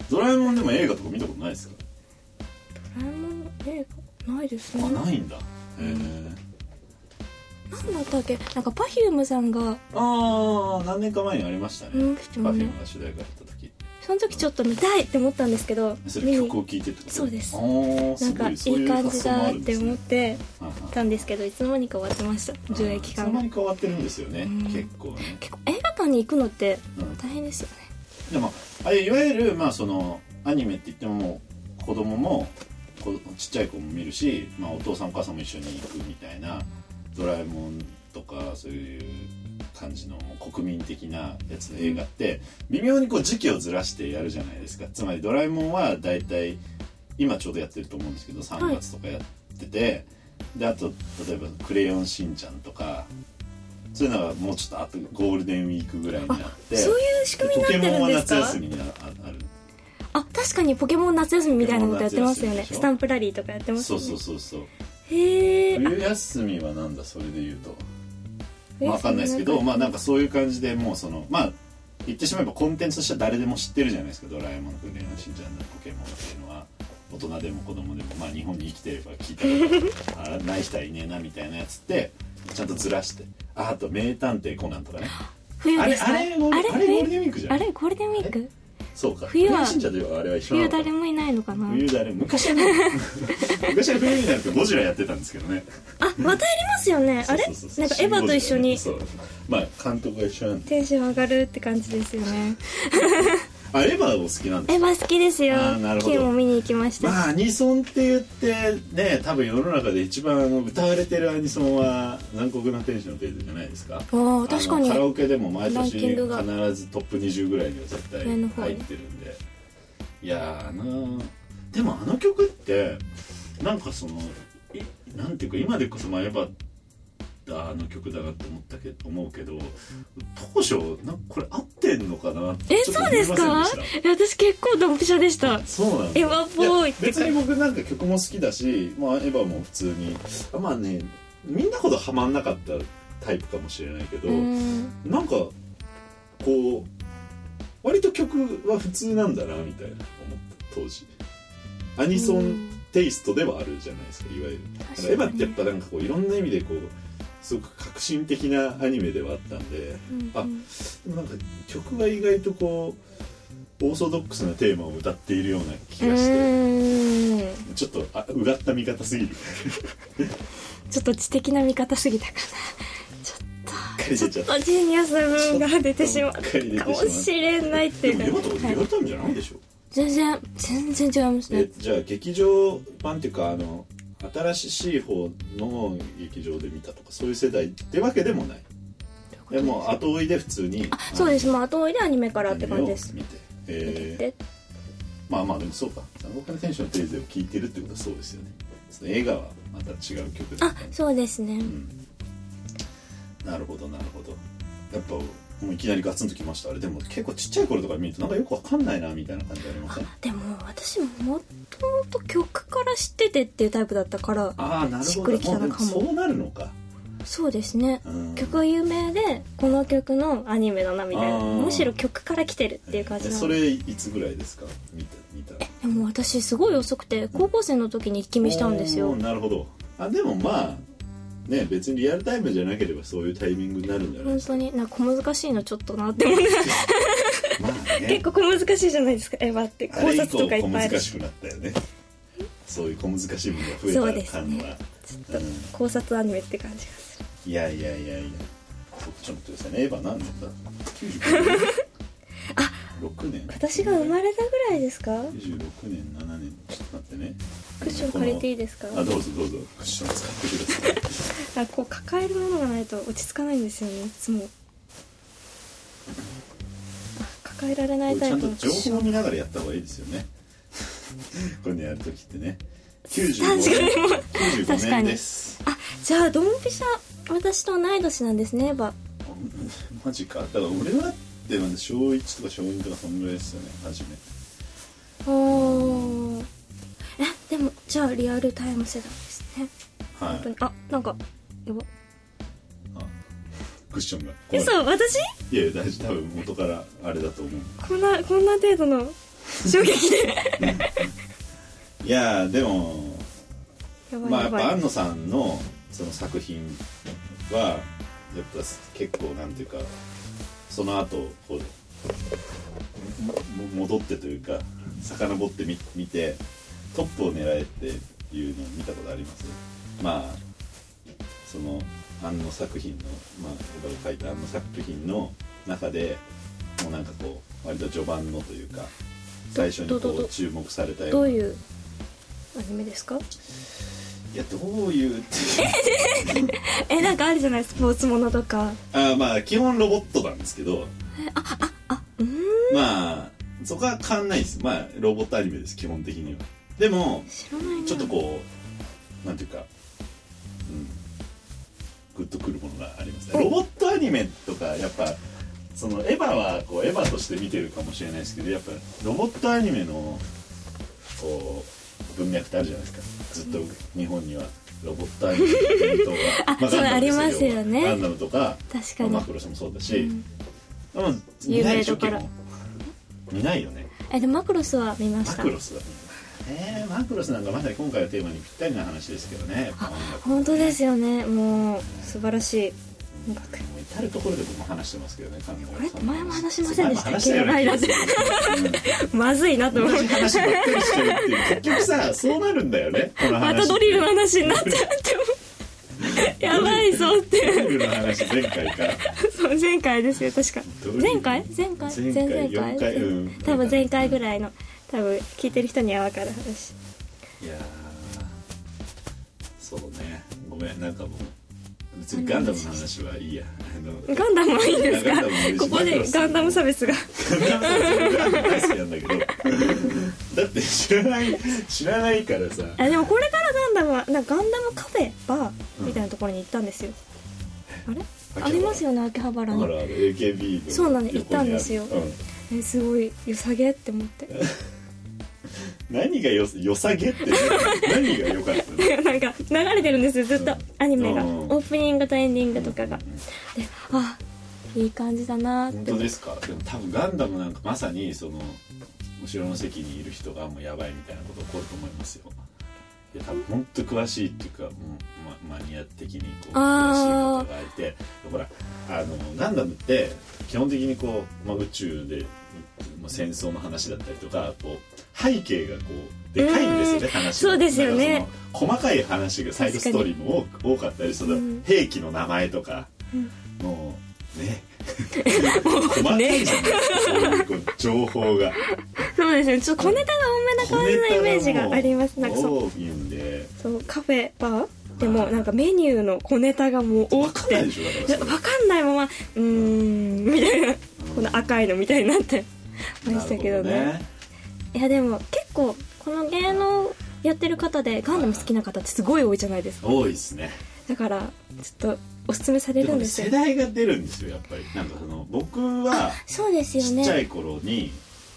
[SPEAKER 1] ドラえもんでも映画とか見たことないですか
[SPEAKER 2] たドラえもん映画ないですね
[SPEAKER 1] あ
[SPEAKER 2] な
[SPEAKER 1] ないんだへえ
[SPEAKER 2] んだったっけなんか Perfume さんが
[SPEAKER 1] ああ何年か前にありましたね、
[SPEAKER 2] うん
[SPEAKER 1] パフィムが主題歌やった時
[SPEAKER 2] その時ちょっと見たいって思ったんですけど
[SPEAKER 1] そ
[SPEAKER 2] 見
[SPEAKER 1] れ
[SPEAKER 2] に
[SPEAKER 1] 曲を聴いてってこと
[SPEAKER 2] そうです
[SPEAKER 1] あー
[SPEAKER 2] な
[SPEAKER 1] す
[SPEAKER 2] ん
[SPEAKER 1] ご
[SPEAKER 2] かい
[SPEAKER 1] いそうい
[SPEAKER 2] いう感
[SPEAKER 1] 発
[SPEAKER 2] じ
[SPEAKER 1] 想もあ
[SPEAKER 2] だ
[SPEAKER 1] る
[SPEAKER 2] っ
[SPEAKER 1] んで
[SPEAKER 2] て
[SPEAKER 1] す
[SPEAKER 2] 思っ
[SPEAKER 1] ね
[SPEAKER 2] て
[SPEAKER 1] はいはい
[SPEAKER 2] たんですけどいつの間にか終わってました上映期
[SPEAKER 1] いつの
[SPEAKER 2] 間
[SPEAKER 1] 間
[SPEAKER 2] が
[SPEAKER 1] にか終わってるんですよね、
[SPEAKER 2] うん
[SPEAKER 1] 結構ね、
[SPEAKER 2] 結構映画館に行くのって
[SPEAKER 1] うん
[SPEAKER 2] 大変ですよね
[SPEAKER 1] でもあれいわゆるまあそのアニメって言ってももう子供もこちっちゃい子も見るし、まあ、お父さんお母さんも一緒に行くみたいな「ドラえもん」とかそういう感じのもう国民的なやつの映画って微妙にこう時期をずらしてやるじゃないですかつまり「ドラえもん」は大体今ちょうどやってると思うんですけど3月とかやってて、であと例えば「クレヨンしんちゃん」とかそういうのはもうちょっとあとゴールデンウィークぐらいになって
[SPEAKER 2] そういう仕組み
[SPEAKER 1] ポ
[SPEAKER 2] になって
[SPEAKER 1] ケモン
[SPEAKER 2] るん
[SPEAKER 1] は
[SPEAKER 2] です
[SPEAKER 1] 夏
[SPEAKER 2] か
[SPEAKER 1] 休みにあある
[SPEAKER 2] あ確かにポケモン夏休みみたいなことやってますよ
[SPEAKER 1] ポケモン夏休
[SPEAKER 2] ね
[SPEAKER 1] みでしょ
[SPEAKER 2] スタンプラリーとかやってます
[SPEAKER 1] そ
[SPEAKER 2] よ
[SPEAKER 1] う
[SPEAKER 2] ね
[SPEAKER 1] そうそうそう
[SPEAKER 2] へえ
[SPEAKER 1] 冬休みはなんだそれで言うとまあ分かんないですけどまあなんかそういう感じでもうそのまあ言ってしまえばコンテンツとしては誰でも知ってるじゃないですか「ドラえもん」「クレヨンしんちゃん」「ポケモン」っていうのは大人でも子供でもまあ日本に生きてれば聞いたらあらない人はいねえなみたいなやつってちゃんとずらしてああと「名探偵コナン」とかね
[SPEAKER 2] 冬でした
[SPEAKER 1] あれあれゴールあれゴールデンウィークじゃん
[SPEAKER 2] あれゴールデンウィーク
[SPEAKER 1] そうか
[SPEAKER 2] 冬
[SPEAKER 1] ク
[SPEAKER 2] は
[SPEAKER 1] レヨンしんちゃんといえばあれは一緒なの
[SPEAKER 2] 冬
[SPEAKER 1] かな
[SPEAKER 2] 誰もいないのかな
[SPEAKER 1] 冬だね昔はね昔は冬になるとゴジラやってたんですけどね
[SPEAKER 2] あまたやりますよねあれ
[SPEAKER 1] そうそうそう
[SPEAKER 2] なんかエヴァと一緒に
[SPEAKER 1] そうまあ監督が一緒なんで
[SPEAKER 2] テンション上がるって感じですよね
[SPEAKER 1] あエヴァを好きなんで
[SPEAKER 2] エ
[SPEAKER 1] す
[SPEAKER 2] ヴァ好きですよ
[SPEAKER 1] あーなるほど
[SPEAKER 2] 昨日も見に行きました
[SPEAKER 1] まあアニソンって言ってね多分世の中で一番あの歌われてるアニソンは「南国な天使のテーゼ」じゃないですか
[SPEAKER 2] あー確かに
[SPEAKER 1] あのカラオケでも毎
[SPEAKER 2] ラン
[SPEAKER 1] 年
[SPEAKER 2] キ
[SPEAKER 1] 必
[SPEAKER 2] ン
[SPEAKER 1] ず
[SPEAKER 2] グ
[SPEAKER 1] ト
[SPEAKER 2] が
[SPEAKER 1] ップ20ぐらいには絶対
[SPEAKER 2] 上の方
[SPEAKER 1] 入ってるんでいやーあのーでもあの曲ってなんかそのいなんていうか今でこそまあエヴァだあの曲だなって思ったけど思うけど当初なんかこれ合ってんのかなって
[SPEAKER 2] え
[SPEAKER 1] ちょっと
[SPEAKER 2] そう
[SPEAKER 1] 思い
[SPEAKER 2] で
[SPEAKER 1] ますせん
[SPEAKER 2] か
[SPEAKER 1] した
[SPEAKER 2] いや私結構ドンピシャでした
[SPEAKER 1] そうなんだ
[SPEAKER 2] エヴァっぽいって
[SPEAKER 1] や別に僕なんか曲も好きだし、まあ、エヴァも普通にあまあねみんなほどハマんなかったタイプかもしれないけど、
[SPEAKER 2] うん
[SPEAKER 1] なんかこう割と曲は普通なんだなみたいな思った当時アニソ
[SPEAKER 2] う
[SPEAKER 1] ン
[SPEAKER 2] ん
[SPEAKER 1] テイストではあるじゃないですかいわゆる
[SPEAKER 2] 確
[SPEAKER 1] エ
[SPEAKER 2] か
[SPEAKER 1] ヴァっ
[SPEAKER 2] に
[SPEAKER 1] てやっぱなんかこういろんな意味でこうすごく革新的なアニメではあったんで
[SPEAKER 2] うん
[SPEAKER 1] あ
[SPEAKER 2] うん
[SPEAKER 1] でもなんか曲は意外とこうオーソドックスなテーマを歌っているような気がして
[SPEAKER 2] うん
[SPEAKER 1] ちょっとあうがった見方すぎる
[SPEAKER 2] ちょっと知的な見方すぎたか
[SPEAKER 1] 借
[SPEAKER 2] な
[SPEAKER 1] り
[SPEAKER 2] ち
[SPEAKER 1] 出
[SPEAKER 2] ょっ
[SPEAKER 1] ちゃっ
[SPEAKER 2] とジーニアスな部分が出てしまった
[SPEAKER 1] ちょっと借り出
[SPEAKER 2] か
[SPEAKER 1] てしま
[SPEAKER 2] も
[SPEAKER 1] った
[SPEAKER 2] しれないって
[SPEAKER 1] で
[SPEAKER 2] いう
[SPEAKER 1] も
[SPEAKER 2] か
[SPEAKER 1] リアタ
[SPEAKER 2] はい
[SPEAKER 1] リアタイムじゃないでしょ
[SPEAKER 2] 全然全然違います
[SPEAKER 1] え
[SPEAKER 2] ね
[SPEAKER 1] じゃあ劇場版っていうかあの新しい方の劇場で見たとかそういう世代ってわけでもないでもう後追いで普通にあ
[SPEAKER 2] そうですまあ後追いでアニメから
[SPEAKER 1] ア
[SPEAKER 2] っ
[SPEAKER 1] ニ
[SPEAKER 2] て
[SPEAKER 1] メ
[SPEAKER 2] 感
[SPEAKER 1] を
[SPEAKER 2] じ
[SPEAKER 1] 見
[SPEAKER 2] です
[SPEAKER 1] てえー
[SPEAKER 2] で
[SPEAKER 1] まあまあでもそうか「南国の天使のテーゼ」を聴いてるってことはそうですよねその映画はまた違う曲だっ
[SPEAKER 2] あ
[SPEAKER 1] たんで
[SPEAKER 2] そうですね
[SPEAKER 1] うんなるほどなるほどやっぱもういきなりガツンときましたあれでも結構ちっちゃい頃とか見るとなんかよくわかんないなみたいな感じありません
[SPEAKER 2] でも私ももともと曲から知っててっていうタイプだったから
[SPEAKER 1] ああなる
[SPEAKER 2] しっ
[SPEAKER 1] ほ
[SPEAKER 2] く
[SPEAKER 1] ど
[SPEAKER 2] りきた
[SPEAKER 1] もうで
[SPEAKER 2] の
[SPEAKER 1] も
[SPEAKER 2] かも
[SPEAKER 1] そうなるのか
[SPEAKER 2] そうですね
[SPEAKER 1] うん
[SPEAKER 2] 曲が有名でこの曲のアニメだなみたいな
[SPEAKER 1] あー
[SPEAKER 2] むしろ曲から来てるっていう感じ
[SPEAKER 1] え
[SPEAKER 2] な
[SPEAKER 1] そ
[SPEAKER 2] ので
[SPEAKER 1] れいつぐらいですか見た見た
[SPEAKER 2] も私すごい遅くて高校生の時に一気見したんです
[SPEAKER 1] お
[SPEAKER 2] よ
[SPEAKER 1] ーなるほどあでもまあね別にリアルタイムじゃなければそういうタイミングになるんじゃない
[SPEAKER 2] 本
[SPEAKER 1] ですか
[SPEAKER 2] 当になんか小難しいのちょっとなって思うね
[SPEAKER 1] まあね
[SPEAKER 2] 結構小難しいじゃないですかエヴァって考
[SPEAKER 1] あれ以
[SPEAKER 2] 察
[SPEAKER 1] 降
[SPEAKER 2] とかい
[SPEAKER 1] 小
[SPEAKER 2] っぱいある
[SPEAKER 1] 難
[SPEAKER 2] し
[SPEAKER 1] しくなったよねそういう小難しいもの
[SPEAKER 2] そ
[SPEAKER 1] が
[SPEAKER 2] う
[SPEAKER 1] 増え
[SPEAKER 2] で
[SPEAKER 1] た
[SPEAKER 2] す
[SPEAKER 1] 感は、
[SPEAKER 2] ねちょっと考察アニメって感じがする
[SPEAKER 1] いやいやいやいやちょっと待ってくださいねエヴァ何 年だ95年6年
[SPEAKER 2] 私が生まれたぐらいですか
[SPEAKER 1] 96年7年ちょっと待ってね
[SPEAKER 2] クッション借りていいですか
[SPEAKER 1] あどうぞどうぞクッション使ってください
[SPEAKER 2] あこう抱えるものがないと落ち着かないんですよねいつもあ抱えられない
[SPEAKER 1] これちゃ
[SPEAKER 2] タイ
[SPEAKER 1] ん
[SPEAKER 2] プ
[SPEAKER 1] と
[SPEAKER 2] のク
[SPEAKER 1] 情
[SPEAKER 2] ッシ
[SPEAKER 1] 報
[SPEAKER 2] ョ
[SPEAKER 1] を
[SPEAKER 2] ン
[SPEAKER 1] 見ながらやった方がいいですよ ねこれねやるときってね
[SPEAKER 2] 確かに
[SPEAKER 1] 95年
[SPEAKER 2] 確
[SPEAKER 1] 95
[SPEAKER 2] か
[SPEAKER 1] 年
[SPEAKER 2] に
[SPEAKER 1] です
[SPEAKER 2] あじゃあドンピシャ私と同い年なんですねエヴァ
[SPEAKER 1] マジかだから俺はだってまだ小1とか小2とかそんぐらいですよね初め
[SPEAKER 2] おーえでもじゃあリアルタイム世代ですね
[SPEAKER 1] は
[SPEAKER 2] 本当
[SPEAKER 1] い
[SPEAKER 2] にあなんかやば
[SPEAKER 1] あクッションが
[SPEAKER 2] 嘘私
[SPEAKER 1] いやいや大丈夫多分元からあれだと思う
[SPEAKER 2] こんなこんな程度の衝撃で
[SPEAKER 1] いやーでも
[SPEAKER 2] やばい
[SPEAKER 1] まあや
[SPEAKER 2] や
[SPEAKER 1] っ
[SPEAKER 2] ばい、
[SPEAKER 1] ぱ庵野さんのその作品はやっぱ結構なんていうかその後こうもも戻ってというか遡ってみ見てトップを狙えっていうのを見たことありますまあその庵野作品のまあエヴァを書いた庵野作品の中でもうなんかこう割と序盤のというか最初に
[SPEAKER 2] どど
[SPEAKER 1] こ
[SPEAKER 2] ど
[SPEAKER 1] う注目されたような
[SPEAKER 2] どういうアニメですか
[SPEAKER 1] いやどういうっていう
[SPEAKER 2] えなんかあるじゃないスポーツものとか
[SPEAKER 1] あーまあ基本ロボットなんですけどまあそこは変わんないですまあロボットアニメです基本的にはでも
[SPEAKER 2] 知らないな
[SPEAKER 1] ちょっとこうなんていうかうんグッとくるものがありますねロボットアニメとかやっぱそのエヴァはこうエヴァとして見てるかもしれないですけどやっぱロボットアニメのこう文脈ってあるじゃないですかずっと日本にはロボットアニメの伝統が
[SPEAKER 2] あそうありますよね
[SPEAKER 1] ガンダムとか
[SPEAKER 2] 確かに
[SPEAKER 1] マクロスもそうだし、
[SPEAKER 2] うん
[SPEAKER 1] でも見ないでしょ基本見ないよね
[SPEAKER 2] えでもマクロスは見まし
[SPEAKER 1] マ
[SPEAKER 2] た
[SPEAKER 1] クロスはねマクロスなんかまさに今回のテーマにぴったりな話ですけどねやっぱ音楽
[SPEAKER 2] 本当ですよねもう素晴らしい音楽
[SPEAKER 1] もう至る所で僕も話してますけどね神
[SPEAKER 2] あれ
[SPEAKER 1] 村さんの
[SPEAKER 2] 前も話しませんでしたっ
[SPEAKER 1] 前も話し
[SPEAKER 2] け
[SPEAKER 1] たような気がする
[SPEAKER 2] まずいなと
[SPEAKER 1] うん
[SPEAKER 2] 思っ
[SPEAKER 1] 同
[SPEAKER 2] て
[SPEAKER 1] じ話ばっかりしてるっていう結局 さそうなるんだよねこの
[SPEAKER 2] ま
[SPEAKER 1] 話
[SPEAKER 2] たドリルの話になっちゃうって思うやばいぞって
[SPEAKER 1] ドリルの話前回から
[SPEAKER 2] そう前回ですよ確か
[SPEAKER 1] ドリル
[SPEAKER 2] 前回前回
[SPEAKER 1] 前回
[SPEAKER 2] 前々
[SPEAKER 1] 四回うん
[SPEAKER 2] 多分前回ぐらいの多分聞いてる人には分かる話
[SPEAKER 1] いやーそうねごめんなんかもう別にガンダムの話はいいやあの
[SPEAKER 2] ガンダムはいいんです
[SPEAKER 1] いや
[SPEAKER 2] か
[SPEAKER 1] ガンダムもいいし
[SPEAKER 2] ここでガンダム差 別が
[SPEAKER 1] ガンダム大好きなんだけどだって知らない知らないからさ
[SPEAKER 2] あでもこれからガンダムはなんかガンダムカフェバーみたいなところに行ったんですよ、あれありますよね秋葉原
[SPEAKER 1] だから
[SPEAKER 2] に
[SPEAKER 1] あの AKB の
[SPEAKER 2] そうなの行っ
[SPEAKER 1] 横に
[SPEAKER 2] た
[SPEAKER 1] ある
[SPEAKER 2] んですよ
[SPEAKER 1] う
[SPEAKER 2] えすごい良さげって思って
[SPEAKER 1] ん何がよ良さげって何が良かったの
[SPEAKER 2] なんか流れてるんですよずっと
[SPEAKER 1] うん
[SPEAKER 2] アニメが
[SPEAKER 1] うん
[SPEAKER 2] オープニングとエンディングとかがであいい感じだなー
[SPEAKER 1] 本
[SPEAKER 2] って
[SPEAKER 1] 当ですかでも多分ガンダムなんかまさにその後ろの席にいる人がもうやばいみたいなこと起こると思いますよいや多分本当詳しいっていうかもう、ま、マニア的にこう詳
[SPEAKER 2] あ
[SPEAKER 1] しい
[SPEAKER 2] ー
[SPEAKER 1] 方がいてほらあのガンダムって基本的にこう、まあ、宇宙でまあ戦争の話だったりとかこう背景がこうでかいんですよね話が
[SPEAKER 2] そうですよね
[SPEAKER 1] だからその細かい話がサイドストーリーも多く多かったりその
[SPEAKER 2] うん
[SPEAKER 1] 兵器の名前とか、もうね細かいじゃないそういうこう情報が
[SPEAKER 2] そうですねちょっと小ネタが多めな感じのイメージがありますなんかそう
[SPEAKER 1] 多いんで
[SPEAKER 2] そうカフェバーでもなんかメニューの小ネタがもう多
[SPEAKER 1] 分か
[SPEAKER 2] く
[SPEAKER 1] んない
[SPEAKER 2] て
[SPEAKER 1] でしょだ
[SPEAKER 2] 分
[SPEAKER 1] から
[SPEAKER 2] かんないままうーんみたいなこの赤いのみたいになって
[SPEAKER 1] それ
[SPEAKER 2] ましたけどね
[SPEAKER 1] なるほ
[SPEAKER 2] いやでも結構この芸能やってる方でガンダム好きな方ってすごい多いじゃないですか
[SPEAKER 1] どね多いですね
[SPEAKER 2] だからちょっとおすすめされ
[SPEAKER 1] で
[SPEAKER 2] る
[SPEAKER 1] も
[SPEAKER 2] ん
[SPEAKER 1] ね
[SPEAKER 2] ですよ
[SPEAKER 1] 世代が出るんですよやっぱりなんかその僕は
[SPEAKER 2] そうですよ
[SPEAKER 1] ち
[SPEAKER 2] ね
[SPEAKER 1] っちゃい頃に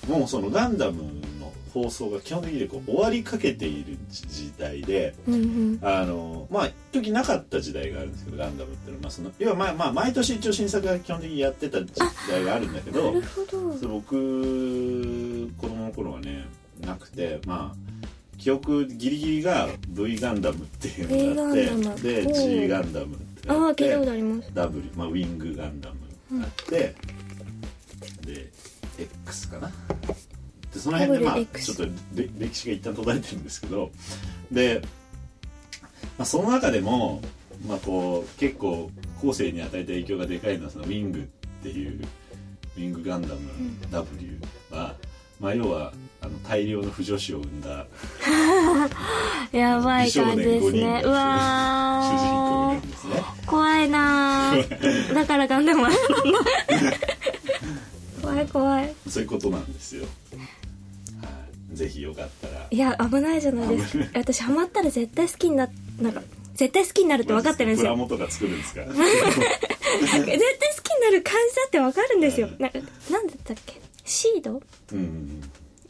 [SPEAKER 1] もうそのガンダムの放送が基本的にこう終わりかけている時代で
[SPEAKER 2] うんうん
[SPEAKER 1] あのまあ一時なかった時代があるんですけどガンダムっていうのは、まあ、その要はまあまあ毎年一応新作が基本的にやってた時代があるんだけ
[SPEAKER 2] な
[SPEAKER 1] ど
[SPEAKER 2] るほど
[SPEAKER 1] そう僕子供の頃はねなくてまあ記憶ギリギリが V ガンダムっていうのがあっ
[SPEAKER 2] V ガンダム
[SPEAKER 1] て
[SPEAKER 2] お
[SPEAKER 1] で
[SPEAKER 2] う
[SPEAKER 1] G ガンダムって
[SPEAKER 2] ああ
[SPEAKER 1] あっ
[SPEAKER 2] 聞い
[SPEAKER 1] て
[SPEAKER 2] たことあります
[SPEAKER 1] W、まあ、ウィングガンダムがあって、で X かなでその辺でまあ
[SPEAKER 2] WX
[SPEAKER 1] ちょっとれ歴史が一旦途絶えてるんですけどで、まあ、その中でも、まあ、こう結構後世に与えた影響がでかいのはそのウィングっていうウィングガンダム W は、まあ、要はあの大量の不女子を生んだ
[SPEAKER 2] やばい感じです
[SPEAKER 1] 美少年五人が
[SPEAKER 2] ねうわ
[SPEAKER 1] 主人公な
[SPEAKER 2] ー
[SPEAKER 1] んですね。
[SPEAKER 2] 怖いなーだからガンダムは怖い怖い
[SPEAKER 1] そういうことなんですよ。はい、ぜひよかったら
[SPEAKER 2] いや危ないじゃないですか私ハマったら絶対好きにななんか絶対好きになるって分かってるんです
[SPEAKER 1] プラ
[SPEAKER 2] よ
[SPEAKER 1] モとか作るんです か
[SPEAKER 2] 絶対好きになる感じだって分かるんですよ
[SPEAKER 1] うん
[SPEAKER 2] なんかなんだったっけシード
[SPEAKER 1] うん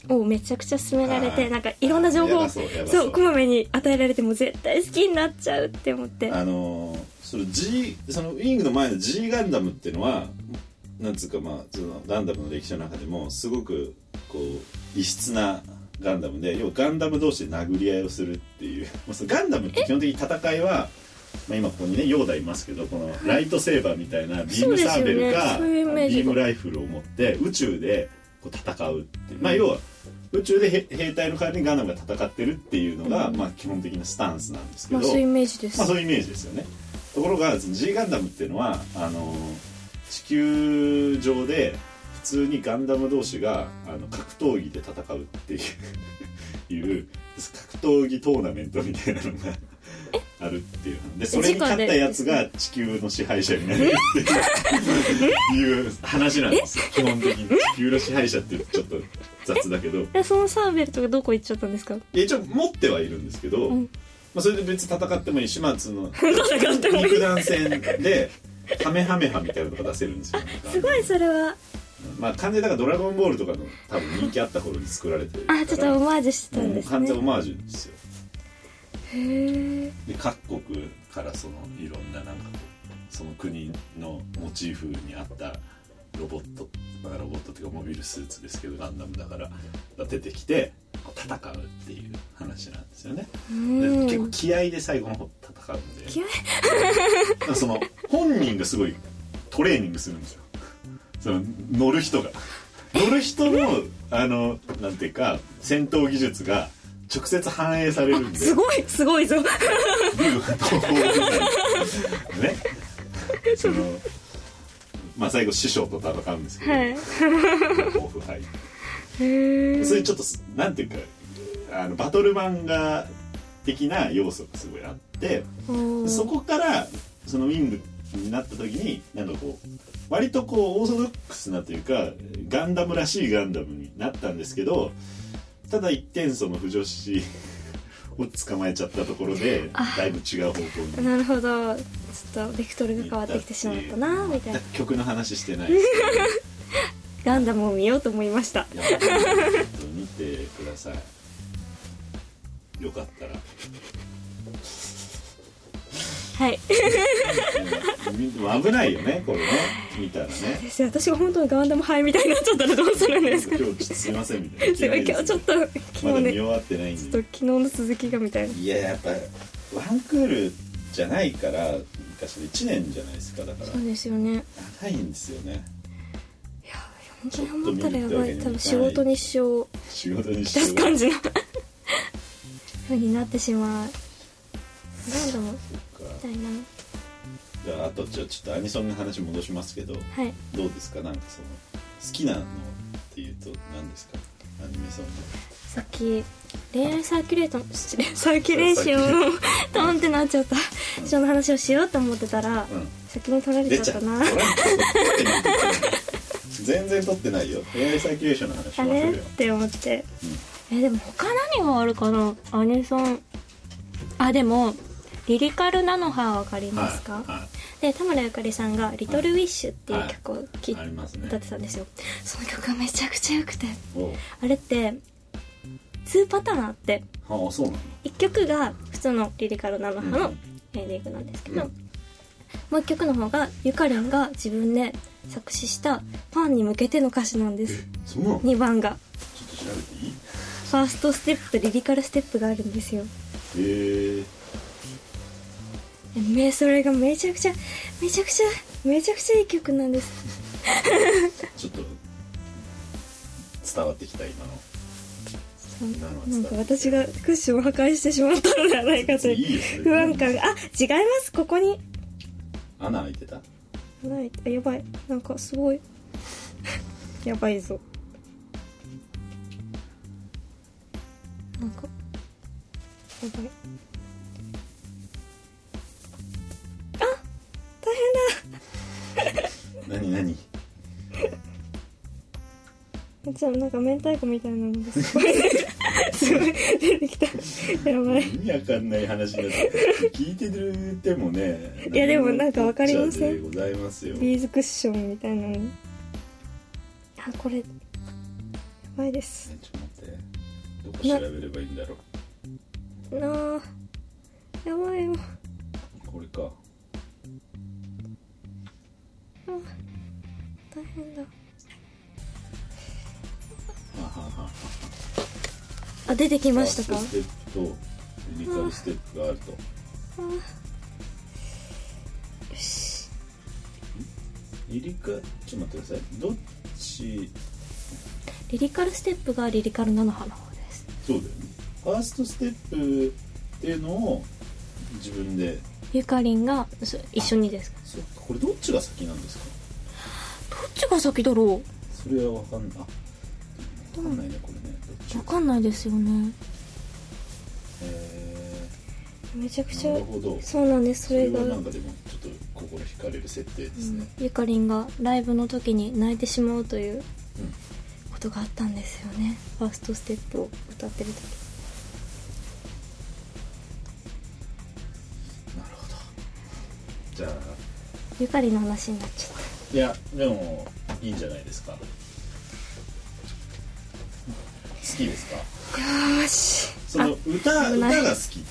[SPEAKER 2] をめちゃくちゃ勧められ
[SPEAKER 1] あー
[SPEAKER 2] てなんかいろんな情
[SPEAKER 1] や
[SPEAKER 2] 報を
[SPEAKER 1] ば
[SPEAKER 2] そ
[SPEAKER 1] そうやばそう
[SPEAKER 2] うこまめに与えられてもう絶対好きになっちゃうって思って
[SPEAKER 1] あのーその G そのウィングの前の G ガンダムっていうのはなんつうかまあそのガンダムの歴史の中でもすごくこう異質なガンダムで要はガンダム同士で殴り合いをするっていう もうそのガンダムって基本的に戦いは、まあ、今ここにねヨーダいますけどこのライトセーバーみたいなビームサーベルか、
[SPEAKER 2] そうですよねそういうイメージが
[SPEAKER 1] ビームライフルを持って宇宙でこう戦うっていうまあ要は宇宙でへ兵隊の代わりにガンダムが戦ってるっていうのが、まあ、基本的なスタンスなんですけ
[SPEAKER 2] ま
[SPEAKER 1] ど、
[SPEAKER 2] あそういうイメージです
[SPEAKER 1] まあ、そういうイメージですよねところが G ガンダムっていうのはあの地球上で普通にガンダム同士があの格闘技で戦うっていういう格闘技トーナメントみたいなのがあるっていうでそれに勝ったやつが地球の支配者になるっていういう話なんですよ基本的に地球の支配者ってちょっと雑だけど
[SPEAKER 2] えそのサーベルとかどこ行っちゃったんですか
[SPEAKER 1] 一応持ってはいるんですけど、
[SPEAKER 2] ん
[SPEAKER 1] まあ、それで別に戦ってもいい始末の
[SPEAKER 2] 戦ってもいい
[SPEAKER 1] 肉弾戦でハメハメハみたいなのが出せるんですよ
[SPEAKER 2] すごいそれは
[SPEAKER 1] まあ完全にだから「ドラゴンボール」とかの多分人気あった頃に作られてるから
[SPEAKER 2] あちょっとオマージュしてたん
[SPEAKER 1] も
[SPEAKER 2] で
[SPEAKER 1] う
[SPEAKER 2] す
[SPEAKER 1] 完全オ
[SPEAKER 2] ね
[SPEAKER 1] マージュですよ
[SPEAKER 2] へえ
[SPEAKER 1] で各国からそのいろんななんかこうその国のモチーフに合ったロボットまあロボットっていうかモビルスーツですけどガンダムだからが出てきてこう戦うっていう話なんですよね、で
[SPEAKER 2] うん
[SPEAKER 1] 結構気合で最後の方戦うんで
[SPEAKER 2] 気合い
[SPEAKER 1] だからその本人がすごいトレーニングするんですよその乗る人が乗る人のあのなんていうか戦闘技術が直接反映されるんです
[SPEAKER 2] ごいすご いぞ
[SPEAKER 1] 竜が東方みたいなねそのまあ最後師匠と戦うんですけど、
[SPEAKER 2] はい
[SPEAKER 1] 抱負杯
[SPEAKER 2] へえ
[SPEAKER 1] そういうちょっとすなんていうかあのバトル漫画的な要素がすごいあってそこからそのウィングになった時になんかこう割とこうオーソドックスなというかガンダムらしいガンダムになったんですけどただ一点その不女子を捕まえちゃったところでだいぶ違う方向に
[SPEAKER 2] なるほどちょっとベクトルが変わってきてしまったなみたいな
[SPEAKER 1] 曲の話してないです
[SPEAKER 2] ガンダムを見ようと思いました
[SPEAKER 1] けどいや本当見てくださいよかったら
[SPEAKER 2] はい
[SPEAKER 1] みでも危ないよねこれね見たら ね
[SPEAKER 2] 先生私が本当にガンダム灰みたいになっちゃったらどうするん
[SPEAKER 1] 今
[SPEAKER 2] で
[SPEAKER 1] 日
[SPEAKER 2] す
[SPEAKER 1] ち
[SPEAKER 2] か
[SPEAKER 1] ょっとすいませんみたいな
[SPEAKER 2] すごい今日ちょっと
[SPEAKER 1] ま
[SPEAKER 2] 昨
[SPEAKER 1] だ
[SPEAKER 2] 日
[SPEAKER 1] 見
[SPEAKER 2] ね
[SPEAKER 1] 終わってない
[SPEAKER 2] ちょ
[SPEAKER 1] ん
[SPEAKER 2] っと
[SPEAKER 1] で
[SPEAKER 2] 昨日の続きがみたいない
[SPEAKER 1] ややっぱワンクールじゃないから昔で1年じゃないですかだから
[SPEAKER 2] そうですよね
[SPEAKER 1] 長いんですよね
[SPEAKER 2] いや本当に思ったらやばい多分仕事に支障を
[SPEAKER 1] 仕事に
[SPEAKER 2] 出す
[SPEAKER 1] して
[SPEAKER 2] 感じの 風になってしまうガンダムみたいな
[SPEAKER 1] じゃああとじゃあちょっとアニソンの話戻しますけど
[SPEAKER 2] はい
[SPEAKER 1] どうですかなんかその好きなのっていうと何ですかアニメソング
[SPEAKER 2] さっき恋愛サーキュレート失礼サーキュレーションをトンってなっちゃった人の話をしようと思ってたら、
[SPEAKER 1] うん
[SPEAKER 2] 先に取られ
[SPEAKER 1] 出
[SPEAKER 2] ち
[SPEAKER 1] ち
[SPEAKER 2] ゃ
[SPEAKER 1] ゃ
[SPEAKER 2] っ
[SPEAKER 1] う
[SPEAKER 2] たな
[SPEAKER 1] 取られちゃう取ってない全然撮ってないよ AI サーキュレーションの話し
[SPEAKER 2] あ
[SPEAKER 1] ましょ
[SPEAKER 2] れ
[SPEAKER 1] う
[SPEAKER 2] っ
[SPEAKER 1] よ
[SPEAKER 2] て思って、えでも他何があるかなアニソンあでもリリカルナノハわかりますか、
[SPEAKER 1] はいは
[SPEAKER 2] で田村ゆかりさんが「リトルウィッシュっていう曲を聴い
[SPEAKER 1] いありますね
[SPEAKER 2] 歌ってたんですよその曲がめちゃくちゃ良くて
[SPEAKER 1] おう
[SPEAKER 2] あれって2パターンあって
[SPEAKER 1] ああそうなんだ
[SPEAKER 2] 1曲が普通のリリカルナノハ
[SPEAKER 1] う
[SPEAKER 2] の
[SPEAKER 1] ん
[SPEAKER 2] エンディングなんですけど、
[SPEAKER 1] うん
[SPEAKER 2] もう1曲の方がゆかりんが自分で作詞したファンに向けての歌詞なんです
[SPEAKER 1] そうなのちょっ
[SPEAKER 2] 2番が
[SPEAKER 1] と調べていい
[SPEAKER 2] ファーストステップとリリカルステップがあるんですよ
[SPEAKER 1] へえ
[SPEAKER 2] めそれがめちゃくちゃめちゃくちゃめちゃくちゃいい曲なんです
[SPEAKER 1] ちょっと伝わってきた今の
[SPEAKER 2] そう
[SPEAKER 1] なるほど
[SPEAKER 2] なんか私がクッションを破壊してしまったのではないかと
[SPEAKER 1] いい
[SPEAKER 2] いう
[SPEAKER 1] よそれ
[SPEAKER 2] 不安感があ違いますここに
[SPEAKER 1] 穴開いてた
[SPEAKER 2] ないあやばいなんかすごい やばいぞなんかやばい
[SPEAKER 1] 何何
[SPEAKER 2] じゃあなんか明太子みたいなのがすごいすごい出てきたやばい
[SPEAKER 1] 意味わかんない話だって聞いてるでもね
[SPEAKER 2] いやでもなんかわかりません
[SPEAKER 1] ございますよ
[SPEAKER 2] ビーズクッションみたいなのあこれやばいです
[SPEAKER 1] えちょっと待ってどこ調べればいいんだろう
[SPEAKER 2] なあやばいよ
[SPEAKER 1] これか
[SPEAKER 2] あ大変だ
[SPEAKER 1] はははは
[SPEAKER 2] あ出てきました
[SPEAKER 1] フ
[SPEAKER 2] か
[SPEAKER 1] ァーストステップとユニカルステップがあると
[SPEAKER 2] よし
[SPEAKER 1] リリカちょっと待ってくださいどっち
[SPEAKER 2] リリカルステップがリリカルなの花の方です
[SPEAKER 1] そうだよねファーストステップっていうのを自分で
[SPEAKER 2] ゆかりんがそ一緒にですか
[SPEAKER 1] そっかこれどっちが先なんですか
[SPEAKER 2] どっちが先だろ
[SPEAKER 1] それはわかんないあわかんないねこれねどっち
[SPEAKER 2] うわかんないですよね
[SPEAKER 1] え
[SPEAKER 2] めちゃくち
[SPEAKER 1] ー、
[SPEAKER 2] ゃ
[SPEAKER 1] なるほど
[SPEAKER 2] そうなんですそ
[SPEAKER 1] それ
[SPEAKER 2] れ
[SPEAKER 1] は
[SPEAKER 2] が
[SPEAKER 1] なんかでもちょっと心惹かれる設定ですね、
[SPEAKER 2] ゆかりんがライブの時に泣いてしまうという
[SPEAKER 1] うん
[SPEAKER 2] ことがあったんですよねファーストステップを歌ってる時
[SPEAKER 1] なるほどじゃあ
[SPEAKER 2] ゆかりの話になっちゃった
[SPEAKER 1] いやでもいいんじゃないですか好きですか
[SPEAKER 2] よーし
[SPEAKER 1] その歌
[SPEAKER 2] 危ない
[SPEAKER 1] 歌が好きっ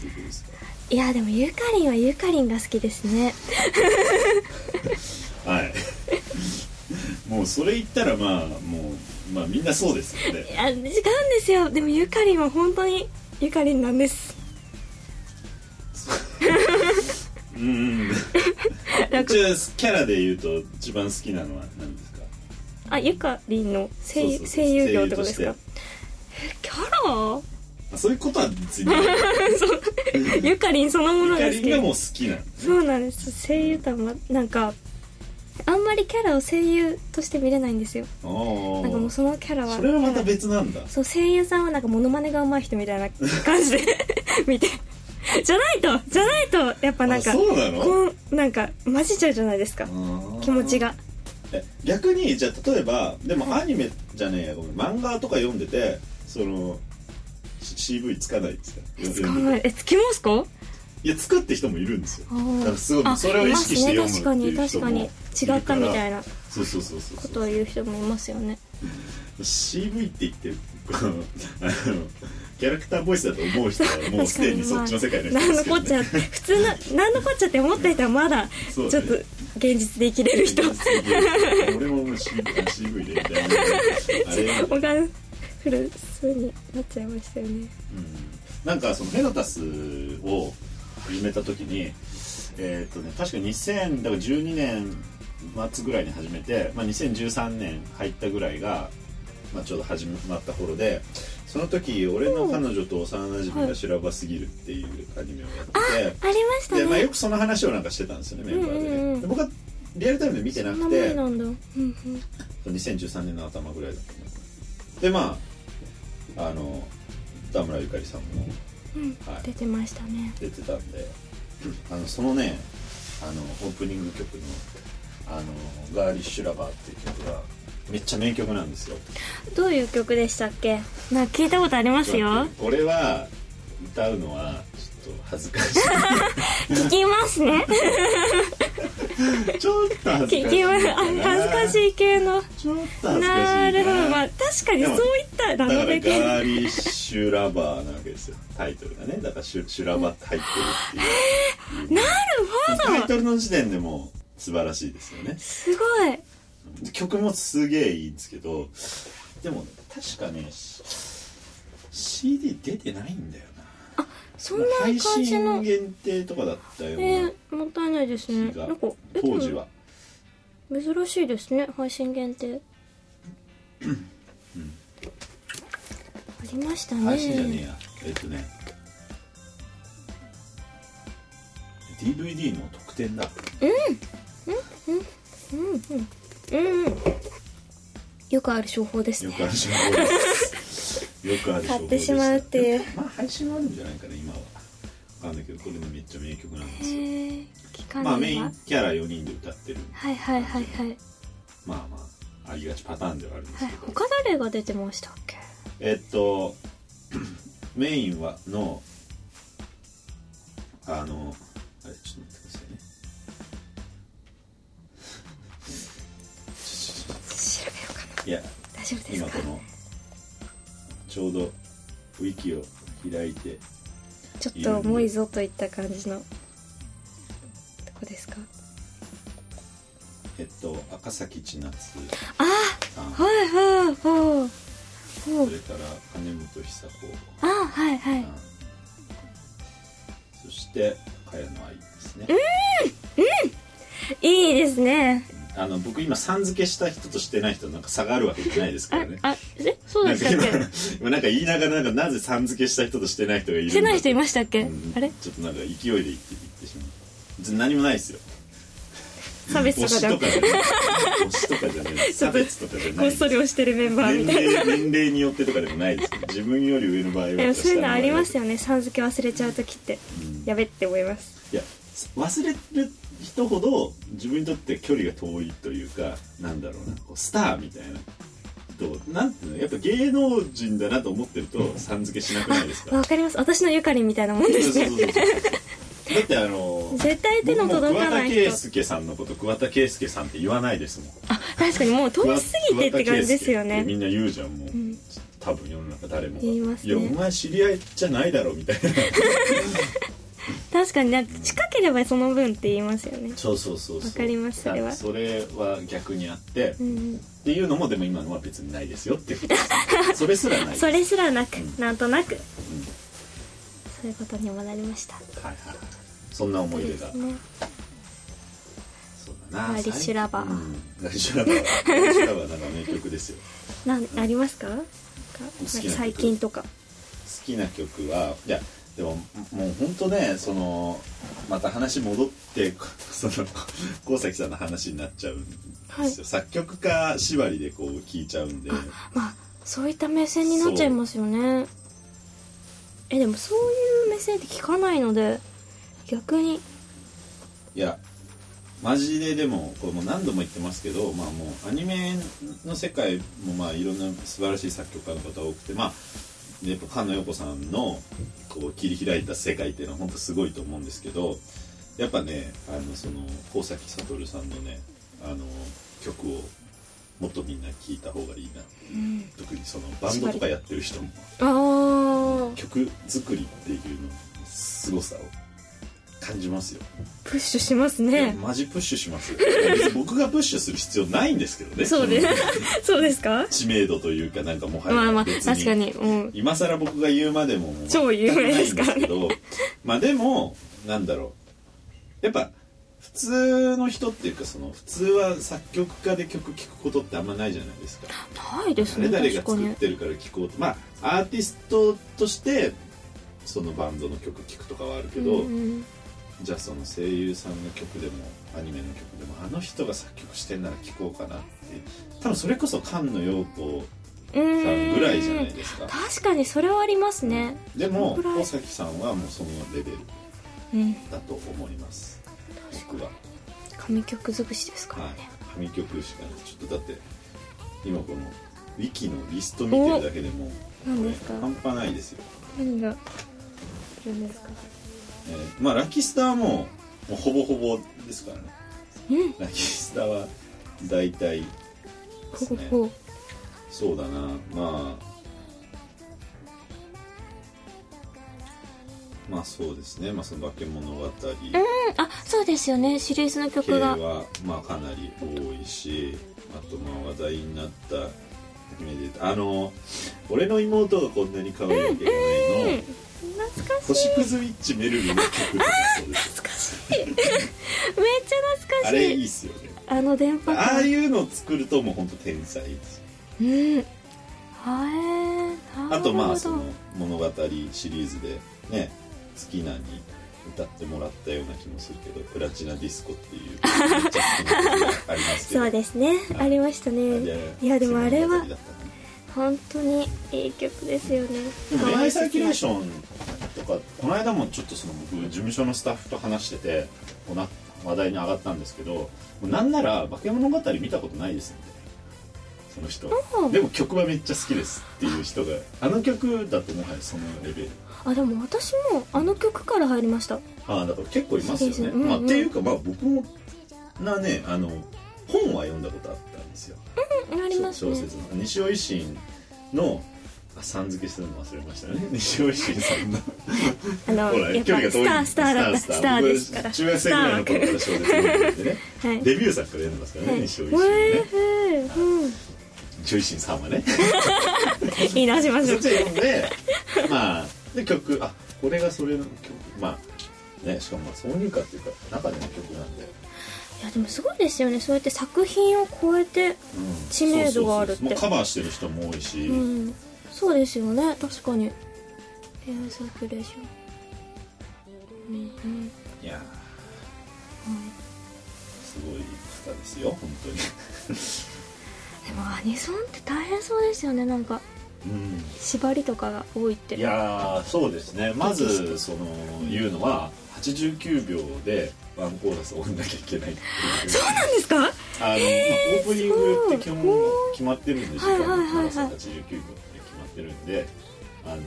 [SPEAKER 1] ていうことですか
[SPEAKER 2] いやでもゆかりんはゆかりんが好きですね
[SPEAKER 1] はい。 もうそれ言ったらまあもうまあみんなそうですよ
[SPEAKER 2] い
[SPEAKER 1] ね
[SPEAKER 2] や違うんですよでもゆかりんは本当にゆかりんなんです
[SPEAKER 1] うんうん
[SPEAKER 2] な
[SPEAKER 1] 一応
[SPEAKER 2] んか
[SPEAKER 1] キャラで言うと一番好きなのは何ですか
[SPEAKER 2] あゆかりんの声
[SPEAKER 1] そうそ
[SPEAKER 2] 優
[SPEAKER 1] うそう
[SPEAKER 2] 声優業ってことです
[SPEAKER 1] 声優
[SPEAKER 2] か
[SPEAKER 1] と
[SPEAKER 2] えキャ
[SPEAKER 1] あそういうことは別 にゆ
[SPEAKER 2] ラ ゆかりんそのものが
[SPEAKER 1] か
[SPEAKER 2] 好
[SPEAKER 1] り
[SPEAKER 2] き
[SPEAKER 1] んがもう好きなの
[SPEAKER 2] そうなんです声優とはまなんかあんまりキャラを声優として見れないんですよ
[SPEAKER 1] ああ
[SPEAKER 2] なんかもうそのキャラは
[SPEAKER 1] それはまた別なんだ
[SPEAKER 2] そう声優さんはなんかモノマネが上手い人みたいな 感じで見てじゃないとじゃないとやっぱなんか
[SPEAKER 1] あそうなの
[SPEAKER 2] こうなんか混じっちゃうじゃないですか
[SPEAKER 1] あー
[SPEAKER 2] 気持ちが
[SPEAKER 1] え逆にじゃあ例えばでもアニメじゃねえやごめん漫画とか読んでてそのし CV つかないですか
[SPEAKER 2] つ
[SPEAKER 1] 読
[SPEAKER 2] か
[SPEAKER 1] んでて
[SPEAKER 2] ないえつきますか
[SPEAKER 1] いやつくって人もいるんですよ
[SPEAKER 2] あ
[SPEAKER 1] だから
[SPEAKER 2] ー
[SPEAKER 1] すごい
[SPEAKER 2] あ
[SPEAKER 1] それを意識して
[SPEAKER 2] いま
[SPEAKER 1] 読
[SPEAKER 2] すね
[SPEAKER 1] むっていう
[SPEAKER 2] 確
[SPEAKER 1] 人
[SPEAKER 2] か
[SPEAKER 1] も
[SPEAKER 2] に確かに違ったみたい
[SPEAKER 1] な
[SPEAKER 2] な
[SPEAKER 1] そうそうそうそう
[SPEAKER 2] こ
[SPEAKER 1] そう
[SPEAKER 2] とを言う人もいますよね
[SPEAKER 1] CV って言ってこのあのキャラクターボイスだと思う人はもうすでにそっちの世界の人
[SPEAKER 2] 何
[SPEAKER 1] です
[SPEAKER 2] の
[SPEAKER 1] け
[SPEAKER 2] こ
[SPEAKER 1] ど、
[SPEAKER 2] っ
[SPEAKER 1] ね、
[SPEAKER 2] ちゃ 普通の何のこっちゃって思った人はまだち
[SPEAKER 1] そう
[SPEAKER 2] ょっ
[SPEAKER 1] ね
[SPEAKER 2] と現実で生きれる人
[SPEAKER 1] 俺ももう CV, あ CV でみたいなあれなんだ
[SPEAKER 2] おがフルスになっちゃいましたよね
[SPEAKER 1] うんなんかそのフェノタスを始めた時にえーっとね確か2012年末ぐらいに始めて、まあ、2013年入ったぐらいが、まあ、ちょうど始まった頃でその時俺の彼女と幼馴染が修羅場すぎるっていうアニメをやってて、
[SPEAKER 2] ありましたね
[SPEAKER 1] でまあ、よくその話をなんかしてたんですよねメンバーで,、ね
[SPEAKER 2] うんうんうん
[SPEAKER 1] で僕はリアルタイムで見てな
[SPEAKER 2] そんな
[SPEAKER 1] く
[SPEAKER 2] 前
[SPEAKER 1] て
[SPEAKER 2] なんだうんうん
[SPEAKER 1] 2013年の頭ぐらいだったと思うでまああの田村ゆかりさんも、
[SPEAKER 2] うん
[SPEAKER 1] はい、
[SPEAKER 2] 出てましたね
[SPEAKER 1] 出てたんであのそのねあのオープニング曲の「あのガーリッシュラバー」っていう曲がめっちゃ名曲なんですよ
[SPEAKER 2] どういう曲でしたっけなんか聞いたことありますよ
[SPEAKER 1] 俺は歌うのはちょっと恥ずか し
[SPEAKER 2] 聞きますね
[SPEAKER 1] いちょっと恥ず
[SPEAKER 2] 聞
[SPEAKER 1] かし
[SPEAKER 2] き
[SPEAKER 1] い
[SPEAKER 2] ま
[SPEAKER 1] か
[SPEAKER 2] す
[SPEAKER 1] な
[SPEAKER 2] あ恥ずかしい系の
[SPEAKER 1] ちょっと恥ずかしい
[SPEAKER 2] なるほどま
[SPEAKER 1] な
[SPEAKER 2] あ確かにそういったら
[SPEAKER 1] だか
[SPEAKER 2] な
[SPEAKER 1] らガ
[SPEAKER 2] るべく
[SPEAKER 1] ーリッシュラバーなわけですよタイトルがねだからシュ「シュラバ」って入ってる っていうなる
[SPEAKER 2] ほ
[SPEAKER 1] タ
[SPEAKER 2] ど
[SPEAKER 1] イトルの時点でもう素晴らしいですよね
[SPEAKER 2] すごい
[SPEAKER 1] 曲もすげえいいんですけどでも確かねし CD 出てないんだよな
[SPEAKER 2] そんな
[SPEAKER 1] 配
[SPEAKER 2] 感じ
[SPEAKER 1] 信
[SPEAKER 2] のえ
[SPEAKER 1] 限定とかだったような
[SPEAKER 2] ー、もったいないですね
[SPEAKER 1] 気
[SPEAKER 2] な
[SPEAKER 1] が
[SPEAKER 2] んかえ
[SPEAKER 1] 当時は
[SPEAKER 2] でも珍しいですね配信限定、ありましたね
[SPEAKER 1] 配信じゃねえやえっとね DVD の特典だ
[SPEAKER 2] うんうんよくある商法です
[SPEAKER 1] よ
[SPEAKER 2] ね
[SPEAKER 1] くある情報 ですよくある情報
[SPEAKER 2] 買ってしまうっていう
[SPEAKER 1] でしたまあ配信はあるんじゃないかな今はわかんないけどこれもめっちゃ名曲なんです
[SPEAKER 2] へ
[SPEAKER 1] よ
[SPEAKER 2] ー聞かないわ、
[SPEAKER 1] まあメインキャラ4人で歌ってる
[SPEAKER 2] はいはいはいはい
[SPEAKER 1] まあまあありがちパターンではあるんです
[SPEAKER 2] はい
[SPEAKER 1] けど、
[SPEAKER 2] 他誰が出てましたっけ
[SPEAKER 1] えっと メインはのあのあれちょっと待ってくださいね
[SPEAKER 2] 調べようか ない
[SPEAKER 1] や
[SPEAKER 2] 大丈夫です
[SPEAKER 1] 今
[SPEAKER 2] か
[SPEAKER 1] このちょうどウィキを開いて
[SPEAKER 2] ちょっと重いぞといった感じのとこですか
[SPEAKER 1] えっと赤崎千夏
[SPEAKER 2] あ
[SPEAKER 1] さん
[SPEAKER 2] はいはいはいほ
[SPEAKER 1] そうれから金本久子
[SPEAKER 2] あはいはい
[SPEAKER 1] さんそして茅野愛ですね
[SPEAKER 2] いいですね
[SPEAKER 1] あの僕今さん付けした人としてない人なんか差があるわけじゃないですか
[SPEAKER 2] あ
[SPEAKER 1] らね
[SPEAKER 2] あえそう
[SPEAKER 1] な
[SPEAKER 2] で
[SPEAKER 1] ん
[SPEAKER 2] し
[SPEAKER 1] か
[SPEAKER 2] たっ
[SPEAKER 1] 今
[SPEAKER 2] け
[SPEAKER 1] 今なんか言いながらなんかなぜさん付けした人としてない人がいるんだ
[SPEAKER 2] してない人いましたっけ、
[SPEAKER 1] うん
[SPEAKER 2] あれ
[SPEAKER 1] ちょっとなんか勢いで言って言ってしまう別に何もないですよ
[SPEAKER 2] 差別
[SPEAKER 1] 推
[SPEAKER 2] とか
[SPEAKER 1] し
[SPEAKER 2] じゃ
[SPEAKER 1] とか
[SPEAKER 2] なくて
[SPEAKER 1] じゃない推しとかじゃない差別とかじゃ
[SPEAKER 2] こ
[SPEAKER 1] な
[SPEAKER 2] っ
[SPEAKER 1] い
[SPEAKER 2] そり押してるメンバーみたいな
[SPEAKER 1] 年齢年齢によってとかでもないですよ自分より上の場合は
[SPEAKER 2] でもそういうのあります
[SPEAKER 1] よ、
[SPEAKER 2] よねさん付け忘れちゃう時って
[SPEAKER 1] うん
[SPEAKER 2] やべって思います
[SPEAKER 1] いや忘れる人ほど自分にとって距離が遠いというかなんだろうなこうスターみたいな人なんていうのやっぱ芸能人だなと思ってるとさん付けしなくないですか
[SPEAKER 2] わかります私のゆかりみたいなもんですね
[SPEAKER 1] そうそうそうそうだってあの
[SPEAKER 2] 絶対手の届かな
[SPEAKER 1] 僕も桑田
[SPEAKER 2] い
[SPEAKER 1] 佳
[SPEAKER 2] 人
[SPEAKER 1] 祐さんのこと桑田佳祐さんって言わないですもん
[SPEAKER 2] あ確かにもう
[SPEAKER 1] 桑
[SPEAKER 2] 遠すぎてって感じですよ
[SPEAKER 1] 桑田佳祐ってみ
[SPEAKER 2] ね
[SPEAKER 1] んな言うじゃんもう、
[SPEAKER 2] ん
[SPEAKER 1] 多分世の中誰もが
[SPEAKER 2] 言いますね
[SPEAKER 1] いやお前知り合いじゃないだろみたいな
[SPEAKER 2] 確かになんか近ければその分って言いますよね
[SPEAKER 1] そうそうそうそう
[SPEAKER 2] わかりますそれは
[SPEAKER 1] それは逆にあって、
[SPEAKER 2] う
[SPEAKER 1] っ
[SPEAKER 2] ん
[SPEAKER 1] ていうのもでも今のは別にないですよっていうことですね それすらないです
[SPEAKER 2] それすらなく
[SPEAKER 1] うん
[SPEAKER 2] なんとな
[SPEAKER 1] う
[SPEAKER 2] く
[SPEAKER 1] ん
[SPEAKER 2] そういうことにもなりました
[SPEAKER 1] はいはいはいそんな思い出が
[SPEAKER 2] ですね
[SPEAKER 1] そうだな
[SPEAKER 2] ガリシュラバー
[SPEAKER 1] うんガリシュラバーガリシュラバーなんか名曲ですよ
[SPEAKER 2] なんありますかなんか
[SPEAKER 1] 好きな曲
[SPEAKER 2] 最近とか
[SPEAKER 1] 好きな曲はいやでももう本当ねそのまた話戻ってこその高崎さんの話になっちゃうんですよ、作曲家縛りでこう聞いちゃうんで
[SPEAKER 2] まあそういった目線になっちゃいますよねえでもそういう目線って聞かないので逆に
[SPEAKER 1] いやマジででもこれもう何度も言ってますけど、まあ、もうアニメの世界もまあいろんな素晴らしい作曲家の方多くてまあでやっぱ菅野陽子さんのこう切り開いた世界っていうのは本当すごいと思うんですけどやっぱねあのその高崎悟さんのねあの曲をもっとみんな聴いた方がいいな
[SPEAKER 2] うん
[SPEAKER 1] 特にそのバンドとかやってる人も
[SPEAKER 2] ああ
[SPEAKER 1] 曲作りっていうのの凄さを感じますよ
[SPEAKER 2] プッシュします
[SPEAKER 1] で
[SPEAKER 2] ね
[SPEAKER 1] もマジプッシュしますよ別に僕がプッシュする必要ないんですけどね
[SPEAKER 2] そうです
[SPEAKER 1] の
[SPEAKER 2] そうですか
[SPEAKER 1] 知名度というかなんかもはや
[SPEAKER 2] まあまあ
[SPEAKER 1] 別
[SPEAKER 2] 確かにもう
[SPEAKER 1] 今更僕が言うまでももう
[SPEAKER 2] 超有名ですからね
[SPEAKER 1] 全くないんですけどまあでもなんだろうやっぱ普通の人っていうかその普通は作曲家で曲聴くことってあんまないじゃないですか
[SPEAKER 2] ないですね
[SPEAKER 1] 誰々が
[SPEAKER 2] 確か
[SPEAKER 1] 作っ
[SPEAKER 2] に
[SPEAKER 1] てるから聴こうとまあアーティストとしてそのバンドの曲聴くとかはあるけど、
[SPEAKER 2] うん
[SPEAKER 1] じゃあその声優さんの曲でもアニメの曲でもあの人が作曲してんなら聴こうかなって多分それこそ菅野陽子
[SPEAKER 2] う
[SPEAKER 1] さん
[SPEAKER 2] ん
[SPEAKER 1] ぐらいじゃないですか
[SPEAKER 2] 確かにそれはありますね
[SPEAKER 1] でも
[SPEAKER 2] そのぐら
[SPEAKER 1] 小
[SPEAKER 2] い
[SPEAKER 1] 崎さんはもうそのレベル
[SPEAKER 2] うん
[SPEAKER 1] だと思います僕は
[SPEAKER 2] 神曲尽くしですから
[SPEAKER 1] は
[SPEAKER 2] ね
[SPEAKER 1] い神曲しかないちょっとだって今このウィキのリスト見てるだけでも
[SPEAKER 2] 何
[SPEAKER 1] これ
[SPEAKER 2] ですか
[SPEAKER 1] 半端ないですよ、
[SPEAKER 2] 何がいるんですか
[SPEAKER 1] えーまあラキスターももうほぼほぼですからね
[SPEAKER 2] うん
[SPEAKER 1] ラキスターは大体で
[SPEAKER 2] ほ
[SPEAKER 1] す
[SPEAKER 2] ぼ
[SPEAKER 1] ね
[SPEAKER 2] ほぼ
[SPEAKER 1] そうだなまあまあそうですねまあその化け物語
[SPEAKER 2] あそうですよねシリーズの
[SPEAKER 1] 系
[SPEAKER 2] 曲が
[SPEAKER 1] はまあかなり多いしあとまあ話題になったアニメであの俺の妹がこんなに可愛いわけがな
[SPEAKER 2] う
[SPEAKER 1] い
[SPEAKER 2] ん
[SPEAKER 1] の
[SPEAKER 2] 懐かしい
[SPEAKER 1] 星屑ウィッチメルルの曲とかそうです
[SPEAKER 2] 懐かしいめっちゃ懐か
[SPEAKER 1] あ
[SPEAKER 2] し
[SPEAKER 1] れいい
[SPEAKER 2] い
[SPEAKER 1] っすよね
[SPEAKER 2] あの電波
[SPEAKER 1] ああいうの作るともう本当天才です
[SPEAKER 2] うんはえー、な
[SPEAKER 1] あ
[SPEAKER 2] るほ
[SPEAKER 1] と
[SPEAKER 2] ど
[SPEAKER 1] まあその物語シリーズでね好きなに歌ってもらったような気もするけど「プラチナディスコ」って いうめっちゃ好きな曲がありますけど
[SPEAKER 2] そうですねありましたねいやでもあれは本当にいい曲ですよね
[SPEAKER 1] でも
[SPEAKER 2] 可
[SPEAKER 1] 恋
[SPEAKER 2] 愛
[SPEAKER 1] 愛
[SPEAKER 2] い切
[SPEAKER 1] サ
[SPEAKER 2] ない
[SPEAKER 1] ーキュレーションとかこの間もちょっとその僕事務所のスタッフと話しててこうな話題に上がったんですけどもうなんなら「化け物語」見たことないですってその人
[SPEAKER 2] うん
[SPEAKER 1] でも曲はめっちゃ好きですっていう人があの曲だともはやそのレベル
[SPEAKER 2] あでも私もあの曲から入りました
[SPEAKER 1] ああだから結構いますよ
[SPEAKER 2] そ
[SPEAKER 1] ね、
[SPEAKER 2] うですね
[SPEAKER 1] まあ、っ
[SPEAKER 2] うんうん
[SPEAKER 1] ていうかまあ僕もなねあの本は読んだことあったんですよ
[SPEAKER 2] うんあります
[SPEAKER 1] 小
[SPEAKER 2] ね
[SPEAKER 1] 説の西尾維新のあさん付けするの忘れましたね 西尾維新さんの
[SPEAKER 2] あの
[SPEAKER 1] ほら
[SPEAKER 2] やっ
[SPEAKER 1] 距離が遠
[SPEAKER 2] ぱス
[SPEAKER 1] い
[SPEAKER 2] タースターだったスターですから
[SPEAKER 1] 僕中学生ぐらいの頃から小説読んでてね
[SPEAKER 2] はいはい
[SPEAKER 1] デビュー作から読んでますからね、
[SPEAKER 2] はい
[SPEAKER 1] 西尾維新ね
[SPEAKER 2] へーうん
[SPEAKER 1] 西尾維新さんはね
[SPEAKER 2] いいなしまし
[SPEAKER 1] そ
[SPEAKER 2] ょ
[SPEAKER 1] っ
[SPEAKER 2] う
[SPEAKER 1] ち読んでまあで曲あこれがそれの曲まあねしかもまあ挿入歌っていうか中での曲なんで、
[SPEAKER 2] いやでもすごいですよねそうやって作品を超えて
[SPEAKER 1] うん
[SPEAKER 2] 知名度があるって
[SPEAKER 1] そうそうそうもうカバーしてる人も多いし、
[SPEAKER 2] うんそうですよね確かにエアサーキュレーションうん
[SPEAKER 1] いやーすごい方ですよ本
[SPEAKER 2] でもアニソンって大変そうですよねなんか
[SPEAKER 1] 当に、うん
[SPEAKER 2] 縛りとかが多いって
[SPEAKER 1] いやーそうですねまずその言うのは89秒でワンコーラスを終わんなきゃいけないっていう
[SPEAKER 2] そうなんですか
[SPEAKER 1] あの、まあオープニングって基
[SPEAKER 2] すごい
[SPEAKER 1] 本決まってるんで時
[SPEAKER 2] はい
[SPEAKER 1] 間
[SPEAKER 2] はいはいはい
[SPEAKER 1] の長さ89秒って決まってるんであの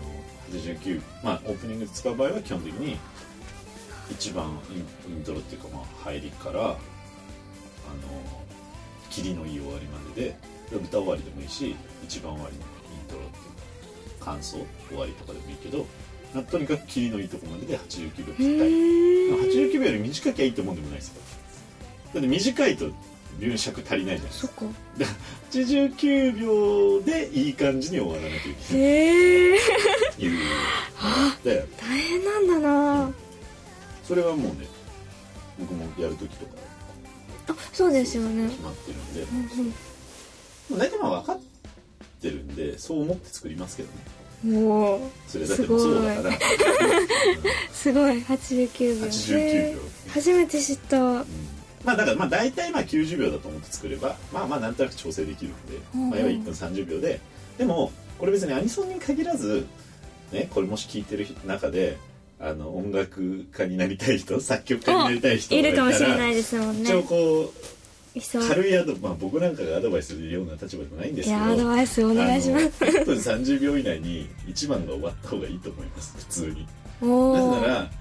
[SPEAKER 1] 89まあオープニング使う場合は基本的に一番インイントロっていうかまあ入りからあの霧のいい終わりまででで歌終わりでもいいし一番終わりのイントロっていうか感想終わりとかでもいいけどまあとにかく霧のいいとこまでで89秒
[SPEAKER 2] う
[SPEAKER 1] ぴったり
[SPEAKER 2] ーん
[SPEAKER 1] 89秒より短きゃいいってもんでもないですよだって短いと分尺足りないじゃないです
[SPEAKER 2] そ
[SPEAKER 1] か
[SPEAKER 2] っか
[SPEAKER 1] 89秒でいい感じに終わらなきゃいけない
[SPEAKER 2] へえ
[SPEAKER 1] っていうで
[SPEAKER 2] 大変なんだな
[SPEAKER 1] それはもうね僕もやる時とか
[SPEAKER 2] あそうですよね
[SPEAKER 1] 決まってるんで、
[SPEAKER 2] うん
[SPEAKER 1] まあ、大体まあ分かってるんでそう思って作りますけどね
[SPEAKER 2] うんおお
[SPEAKER 1] それだってもうそうだ から
[SPEAKER 2] すごい89秒
[SPEAKER 1] 89
[SPEAKER 2] へ
[SPEAKER 1] 秒、
[SPEAKER 2] ー初めて知った
[SPEAKER 1] まあだからまあ大体まあ90秒だと思って作ればまあまあなんとなく調整できるので、
[SPEAKER 2] うん
[SPEAKER 1] まあ、要は1分30秒ででもこれ別にアニソンに限らず、ね、これもし聴いてる中であの音楽家になりたい人作曲家になりたい人
[SPEAKER 2] いるかもしれ
[SPEAKER 1] が
[SPEAKER 2] ないいですもん
[SPEAKER 1] 一
[SPEAKER 2] ね
[SPEAKER 1] 応こ
[SPEAKER 2] いそうう
[SPEAKER 1] 軽いアド、まあ、僕なんかがアドバイスするような立場でもないんです
[SPEAKER 2] い
[SPEAKER 1] けど
[SPEAKER 2] やアドバイスお
[SPEAKER 1] お
[SPEAKER 2] 願いします
[SPEAKER 1] 1分30秒以内に1番が終わった方がいいと思います普通に
[SPEAKER 2] お
[SPEAKER 1] なぜ
[SPEAKER 2] お
[SPEAKER 1] なら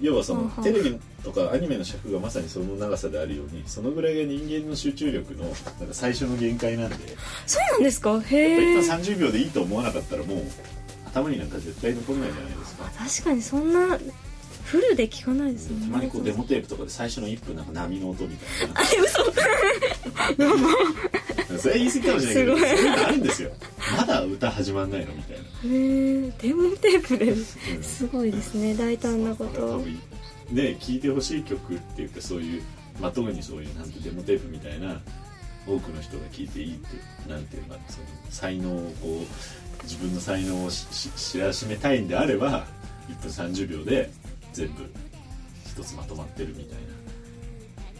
[SPEAKER 1] 要はそ
[SPEAKER 2] うん
[SPEAKER 1] の
[SPEAKER 2] うん
[SPEAKER 1] テレビとかアニメの尺がまさにその長さであるようにそのぐらいが人間の集中力のなんか最初の限界なんでやっ
[SPEAKER 2] そうなんですか
[SPEAKER 1] ぱ
[SPEAKER 2] へえ
[SPEAKER 1] 1分30秒でいいと思わなかったらもう頭になんか絶対残らないじゃないですか
[SPEAKER 2] 確かにそんなフルで聞かないですね
[SPEAKER 1] たまにこうデモテープとかで最初の1分なんか波の音みたいな
[SPEAKER 2] え嘘
[SPEAKER 1] それは言い過ぎかもしれないけど
[SPEAKER 2] すごい
[SPEAKER 1] そういうのあるんですよまだ歌始まんないのみたいな
[SPEAKER 2] へえデモテープで
[SPEAKER 1] うん
[SPEAKER 2] すごいですね大胆なこと
[SPEAKER 1] 多
[SPEAKER 2] を
[SPEAKER 1] 分ね聴いてほしい曲っていうかそういう、まあ、特にそういうなんてデモテープみたいな多くの人が聴いていいってなんていうのかなそういう才能をこう自分の才能をしし知らしめたいんであれば1分30秒で全部一つまとまってるみたい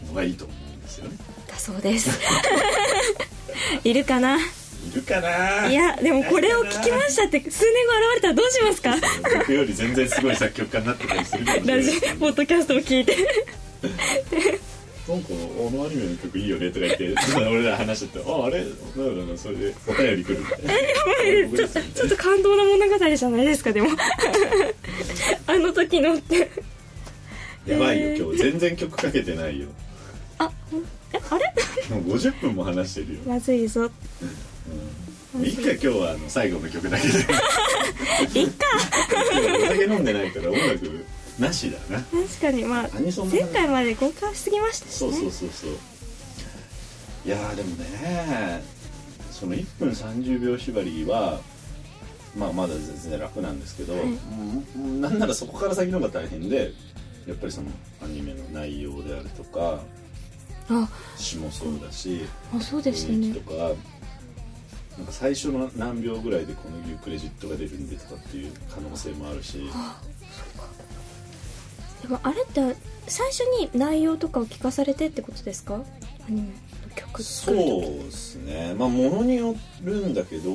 [SPEAKER 1] なのがいいと思うんですよね
[SPEAKER 2] だそうです いるかない
[SPEAKER 1] るかない
[SPEAKER 2] やでもこれを聞きましたって数年後現れたらどうしますか
[SPEAKER 1] 僕より全然すごい作曲家になってたりするかもしれな
[SPEAKER 2] ラ
[SPEAKER 1] い
[SPEAKER 2] ジオ ポッドキャストを聞いて
[SPEAKER 1] なんかあのアニメの曲いいよねとか言って 俺ら話しててああれなんだなんだそれでお便り来るみたいなやば
[SPEAKER 2] ちょっとちょっと感動の物語じゃないですか でもあの時のって
[SPEAKER 1] やばいよ今日全然曲かけてないよ
[SPEAKER 2] あほんえあれ
[SPEAKER 1] もう50分も話してるよ、
[SPEAKER 2] まずいぞ
[SPEAKER 1] うん、いいか今日はあの最後の曲だけでいっか お酒飲んでないから音楽なしだな
[SPEAKER 2] 確かにまあ
[SPEAKER 1] アニソンの
[SPEAKER 2] 前回まで豪華しすぎましたし
[SPEAKER 1] そうそう
[SPEAKER 2] ね
[SPEAKER 1] そうそういやーでもねその1分30秒縛りはまあまだ全然楽なんですけど、
[SPEAKER 2] い
[SPEAKER 1] うんなんならそこから先の方が大変でやっぱりそのアニメの内容であるとか
[SPEAKER 2] あ
[SPEAKER 1] 詩もそうだし
[SPEAKER 2] あそうでした
[SPEAKER 1] 雰囲
[SPEAKER 2] ね
[SPEAKER 1] 気とかなんか最初の何秒ぐらいでこのいうクレジットが出るんでとかっていう可能性もあるし
[SPEAKER 2] でもあれって最初に内容とかを聞かされてってことですかアニメの曲
[SPEAKER 1] そ
[SPEAKER 2] 作
[SPEAKER 1] う
[SPEAKER 2] る時
[SPEAKER 1] ですねまあものによるんだけど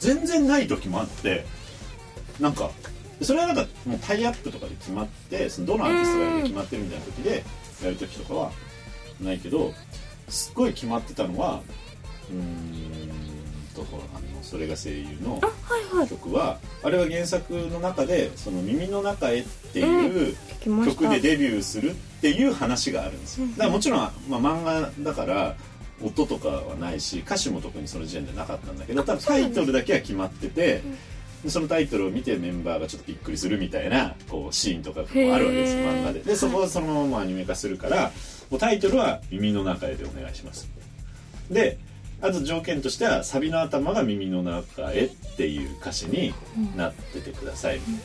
[SPEAKER 1] 全然ない時もあってなんかそれはなんかもうタイアップとかで決まってそのどのアーティストが決まってるみたいな時でやる時とかはないけどすっごい決まってたのはうーんとほらあのそれが声優の
[SPEAKER 2] あはいはい
[SPEAKER 1] 曲はあれは原作の中で「その耳の中へ」っていう、
[SPEAKER 2] 聞きました
[SPEAKER 1] 曲でデビューするっていう話があるんですよだからもちろん、まあ、漫画だから音とかはないし歌詞も特にその時点でなかったんだけどただタイトルだけは決まっててでそのタイトルを見てメンバーがちょっとびっくりするみたいなこうシーンとかこうあるわけですよ
[SPEAKER 2] へー
[SPEAKER 1] 漫画ででそこはそのままアニメ化するからもうタイトルは「耳の中へ」でお願いしますであと条件としてはサビの頭が「耳の中へ」っていう歌詞になっててくださいみたいな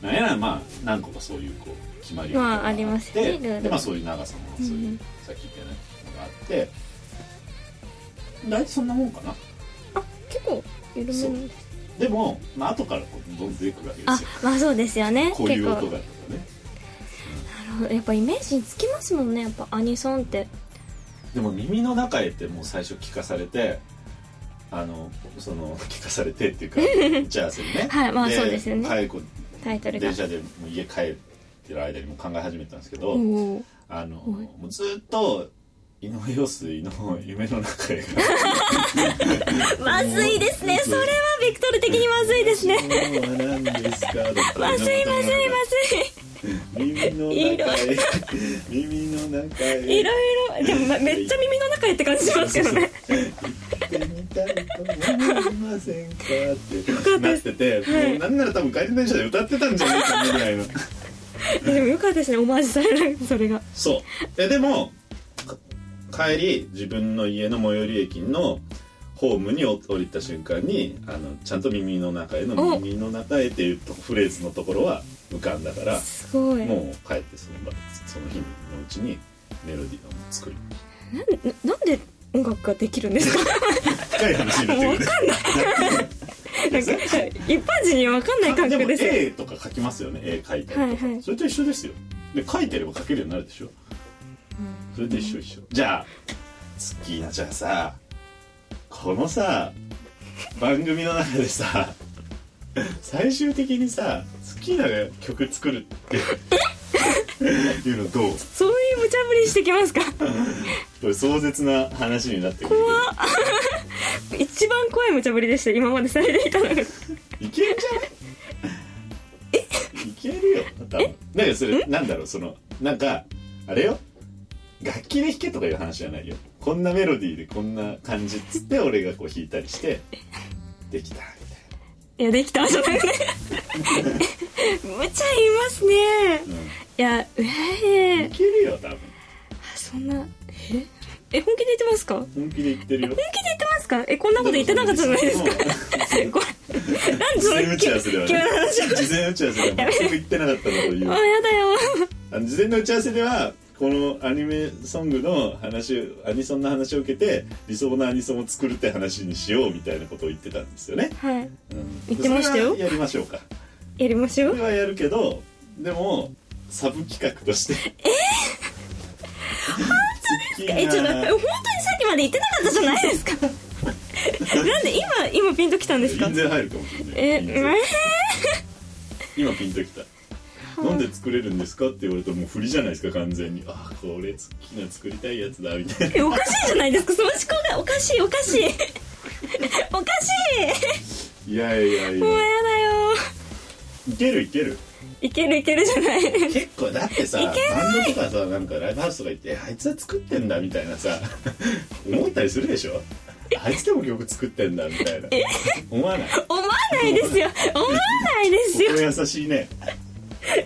[SPEAKER 1] なんやらまあ何個かそういうこう決まり事が
[SPEAKER 2] まあありますよ
[SPEAKER 1] で
[SPEAKER 2] ねルール
[SPEAKER 1] でまあそういう長さもそう
[SPEAKER 2] うんう
[SPEAKER 1] いうんさっき言ったようなのがあって大体そんなもんかな
[SPEAKER 2] あ結構緩め
[SPEAKER 1] そう
[SPEAKER 2] の
[SPEAKER 1] でも、まあ後からこうどんどん出てくるわけで
[SPEAKER 2] あ
[SPEAKER 1] すよ
[SPEAKER 2] まあそうですよね
[SPEAKER 1] こういう音
[SPEAKER 2] 結
[SPEAKER 1] がとかね
[SPEAKER 2] 構やっぱイメージにつきますもんねやっぱアニソンって
[SPEAKER 1] でも耳の中へってもう最初聞かされてあのその聞かされてって いうか打ち合わせにね
[SPEAKER 2] はいまあそうですよね
[SPEAKER 1] はいこう
[SPEAKER 2] タイトルが
[SPEAKER 1] 電車でもう家帰ってる間にもう考え始めたんですけど、
[SPEAKER 2] おお
[SPEAKER 1] あの、
[SPEAKER 2] はい
[SPEAKER 1] もうずっと井上陽水の夢の中へ
[SPEAKER 2] まずいですね
[SPEAKER 1] もう
[SPEAKER 2] それはビクトル的にまずいですね
[SPEAKER 1] 今日は何ですかだった
[SPEAKER 2] まずいまずい
[SPEAKER 1] ずい耳の中へ耳の中
[SPEAKER 2] まずいい
[SPEAKER 1] へ
[SPEAKER 2] ろいろでもまめっちゃ耳の中へって感じしますけどね
[SPEAKER 1] 行ってみたいと思いませ んかって
[SPEAKER 2] た
[SPEAKER 1] な
[SPEAKER 2] で
[SPEAKER 1] っ
[SPEAKER 2] す
[SPEAKER 1] てて、
[SPEAKER 2] はい
[SPEAKER 1] もうなんなら多分帰り電車で歌ってたんじゃないかなぐらいの
[SPEAKER 2] えでもよかったですねオマージュされるそれが
[SPEAKER 1] そうえでもか帰り自分の家の最寄り駅のホームに降りた瞬間にあのちゃんと耳の中への
[SPEAKER 2] お
[SPEAKER 1] 耳の中へっていうとフレーズのところは浮かんだから
[SPEAKER 2] すごい
[SPEAKER 1] もう帰ってその場その日のうちにメロディーを作る
[SPEAKER 2] ななんで音楽ができるんですか
[SPEAKER 1] 深い話になってくるね
[SPEAKER 2] なんか一般人には分かんない感
[SPEAKER 1] で
[SPEAKER 2] 覚
[SPEAKER 1] も
[SPEAKER 2] ですよ
[SPEAKER 1] A とか書きますよね絵書いたりとか、
[SPEAKER 2] はいはい
[SPEAKER 1] それと一緒ですよで書いてれば書けるようになるでしょそれと一緒一緒じゃあツッキーナじゃあさこのさ番組の中でさ最終的にさツッキーナが曲作るっていうのどう
[SPEAKER 2] そういう無茶ぶりしてきますか
[SPEAKER 1] これ壮絶な話になってくる
[SPEAKER 2] 一番怖い無茶ぶりでした今までされていたのが
[SPEAKER 1] いけるんじゃないいけるよ多分だけどそれなんだろうそのなんかあれよ楽器で弾けとかいう話じゃないよこんなメロディーでこんな感じっつって俺がこう弾いたりしてできたみ
[SPEAKER 2] いやできたじゃな くて無茶言いますね
[SPEAKER 1] たいな、
[SPEAKER 2] いや
[SPEAKER 1] うん、
[SPEAKER 2] え
[SPEAKER 1] い
[SPEAKER 2] ー、
[SPEAKER 1] けるよ多分
[SPEAKER 2] そんなええ本気で言ってますか本
[SPEAKER 1] 本気で言ってるよ
[SPEAKER 2] 気で言ってますかえこんなこと言ってなかったじゃないですか
[SPEAKER 1] うん
[SPEAKER 2] これなんで
[SPEAKER 1] 事
[SPEAKER 2] そ
[SPEAKER 1] 前打
[SPEAKER 2] の
[SPEAKER 1] ち
[SPEAKER 2] 急
[SPEAKER 1] 合わせでは
[SPEAKER 2] 急な
[SPEAKER 1] ね
[SPEAKER 2] 話を
[SPEAKER 1] 事前打ち合わせでは全く言ってなかったことを言う
[SPEAKER 2] あやだよ
[SPEAKER 1] あの事前の打ち合わせではこのアニメソングの話アニソンの話を受けて理想のアニソンを作るって話にしようみたいなことを言ってたんですよね、
[SPEAKER 2] はい
[SPEAKER 1] うん
[SPEAKER 2] 言ってましたよ
[SPEAKER 1] それはやりましょうか
[SPEAKER 2] やりましょ
[SPEAKER 1] それ
[SPEAKER 2] う
[SPEAKER 1] はやるけどでもサブ企画としてえ
[SPEAKER 2] えちょっと本当にさっきまで言ってなかったじゃないですか なんで今今ピンときたんですか
[SPEAKER 1] 全然入るかもしれない
[SPEAKER 2] え
[SPEAKER 1] いい
[SPEAKER 2] え
[SPEAKER 1] ね今ピンときた「なんで作れるんですか?」って言われたらもう振りじゃないですか完全に「あこれ好きな作りたいやつだ」みたいな
[SPEAKER 2] えおかしいじゃないですかその思考がおかしいおかしい おかしい
[SPEAKER 1] いやいやい
[SPEAKER 2] もうや
[SPEAKER 1] や
[SPEAKER 2] だよ
[SPEAKER 1] いけるいける
[SPEAKER 2] いけるいけるじゃない
[SPEAKER 1] 結構だってさバ
[SPEAKER 2] いけな
[SPEAKER 1] ンドとかさなんかライブハウスとか行ってあいつは作ってんだみたいなさ 思ったりするでしょあいつでも曲作ってんだみたいな思わない
[SPEAKER 2] 思わ ないですよ思わないですよ
[SPEAKER 1] 心優しいね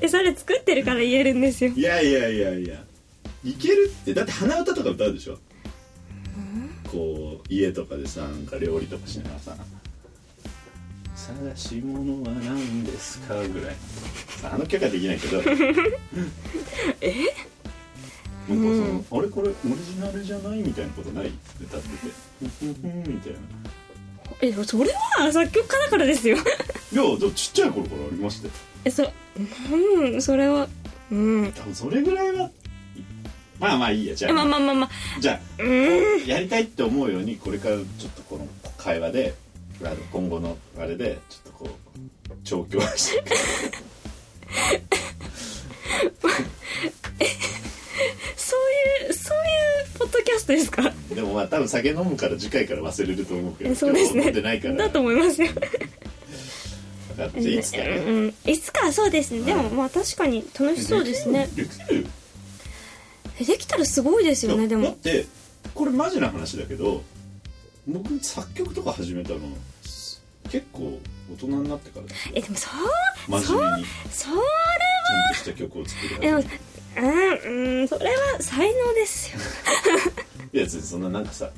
[SPEAKER 2] えそれ作ってるから言えるんですよ
[SPEAKER 1] いやいやいやいやいけるってだって鼻歌とか歌うでしょこう家とかでさなんか料理とかしながらさ「探し物は何ですか?」ぐらいさあの曲はできないけ どえなんかその「あれこれオリジナルじゃない?」みたいなことない歌ってて「ふんふんふん」みたいな
[SPEAKER 2] えそれは作曲家だからですよ
[SPEAKER 1] いやでもちっちゃい頃からありましたよ
[SPEAKER 2] えそうんそれはうん
[SPEAKER 1] 多分それぐらいはまあまあいいやじゃ
[SPEAKER 2] え
[SPEAKER 1] あ、
[SPEAKER 2] まあまあまあまあ
[SPEAKER 1] じゃあ
[SPEAKER 2] うん
[SPEAKER 1] やりたいって思うようにこれからちょっとこの会話であの今後のあれでちょっとこう調教していく
[SPEAKER 2] そういうそういうポッドキャストですか
[SPEAKER 1] でもまあ多分酒飲むから次回から忘れると思うけど
[SPEAKER 2] えそうで
[SPEAKER 1] 今
[SPEAKER 2] す
[SPEAKER 1] 日
[SPEAKER 2] ね
[SPEAKER 1] 飲んでないから
[SPEAKER 2] だと思いますよ
[SPEAKER 1] 分かっていつかね
[SPEAKER 2] うんうんいつかそうですね、でもまあ確かに楽しそうですね
[SPEAKER 1] できる
[SPEAKER 2] えできたらすごいですよねで
[SPEAKER 1] だっ
[SPEAKER 2] も
[SPEAKER 1] てこれマジな話だけど僕作曲とか始めたの結構大人になってからですよ
[SPEAKER 2] えでもそう
[SPEAKER 1] 真面目にち
[SPEAKER 2] そ
[SPEAKER 1] ゃ
[SPEAKER 2] う
[SPEAKER 1] んとした曲を作り
[SPEAKER 2] で
[SPEAKER 1] 始め
[SPEAKER 2] もうん
[SPEAKER 1] て
[SPEAKER 2] うんそれは才能ですよ
[SPEAKER 1] いや別にそんななんかさ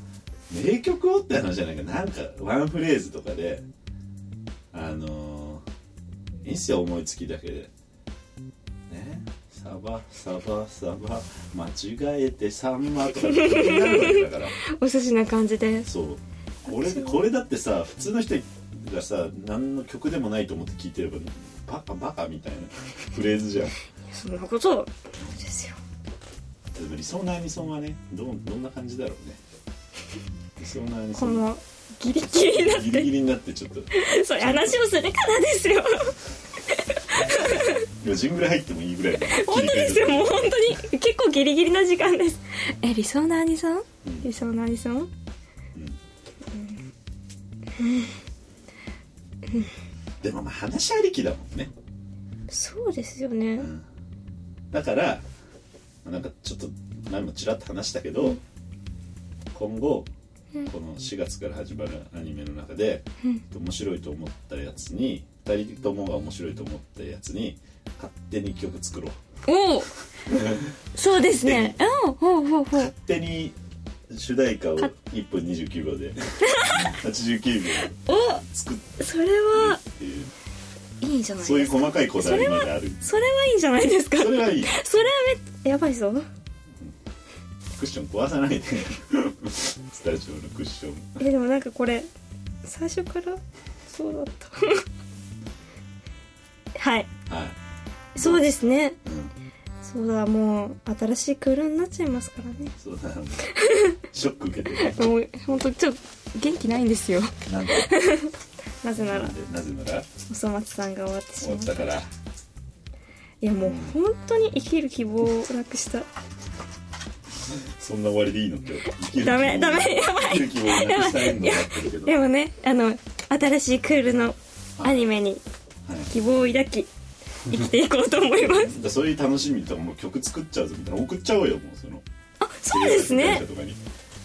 [SPEAKER 1] 名曲をって話じゃないかなんかワンフレーズとかであのー、いいっすよ思いつきだけでねサバサバサバ間違えてサンマとかってなるわけだから
[SPEAKER 2] お寿司な感じで
[SPEAKER 1] そうこれこれだってさ普通の人がさ何の曲でもないと思って聴いてればバカバカみたいなフレーズじゃん
[SPEAKER 2] そんなことそうですよ
[SPEAKER 1] でも理想のアニソンはねどうどんな感じだろうね理想のアニソ
[SPEAKER 2] こ
[SPEAKER 1] ン
[SPEAKER 2] のギリギリにな っ
[SPEAKER 1] ギリギリになってちょっと
[SPEAKER 2] てそういう話をするからですよ
[SPEAKER 1] いやジングル入ってもいいぐらいの
[SPEAKER 2] 本当ですよもう本当に結構ギリギリな時間ですえ理想のアニソン
[SPEAKER 1] ん
[SPEAKER 2] 理想のアニソン
[SPEAKER 1] でもまあ話ありきだもんね、
[SPEAKER 2] そうですよね
[SPEAKER 1] うん、だからなんかちょっと前もちらっと話したけど今後この4月から始まるアニメの中で
[SPEAKER 2] うん
[SPEAKER 1] 面白いと思ったやつに2人ともが面白いと思ったやつに勝手に曲作ろう
[SPEAKER 2] おおそうですねうんほうほうほう
[SPEAKER 1] 勝手に主題歌を1分29秒 で89秒
[SPEAKER 2] お
[SPEAKER 1] 作っ
[SPEAKER 2] それ
[SPEAKER 1] て
[SPEAKER 2] は
[SPEAKER 1] っていう
[SPEAKER 2] いいじゃない
[SPEAKER 1] そうい
[SPEAKER 2] で
[SPEAKER 1] う
[SPEAKER 2] すか
[SPEAKER 1] 細かいこだわりまである
[SPEAKER 2] それはいいじゃないですか
[SPEAKER 1] それはいい
[SPEAKER 2] それはめやばいぞ
[SPEAKER 1] クッション壊さないでスタジオのクッション
[SPEAKER 2] えでもなんかこれ最初からそうだった はい
[SPEAKER 1] はい、
[SPEAKER 2] そうですね
[SPEAKER 1] うん、
[SPEAKER 2] そうだもう新しいクールになっちゃいますからね
[SPEAKER 1] そうだショック受けてる
[SPEAKER 2] もう本当ちょっと元気ないんですよ
[SPEAKER 1] なんで
[SPEAKER 2] なぜな
[SPEAKER 1] な
[SPEAKER 2] ら
[SPEAKER 1] んでなぜなら
[SPEAKER 2] おそ松さんが終わってし
[SPEAKER 1] 終
[SPEAKER 2] ま
[SPEAKER 1] わ
[SPEAKER 2] っ
[SPEAKER 1] ったたから
[SPEAKER 2] いやもう本当に生きる希望をなくした
[SPEAKER 1] そんな終わりでいいの今日生きる
[SPEAKER 2] ダメダメやばい
[SPEAKER 1] 生きる希望をなくしたいんだなってるけど
[SPEAKER 2] でもねあの新しいクールのアニメに
[SPEAKER 1] はい
[SPEAKER 2] 希望を抱き生きていこうと思いま
[SPEAKER 1] だ
[SPEAKER 2] す
[SPEAKER 1] からそういう楽しみとかもう曲作っちゃうぞみたいな送っちゃおうよもうその
[SPEAKER 2] あそうです
[SPEAKER 1] 制
[SPEAKER 2] ね
[SPEAKER 1] 作会社とかに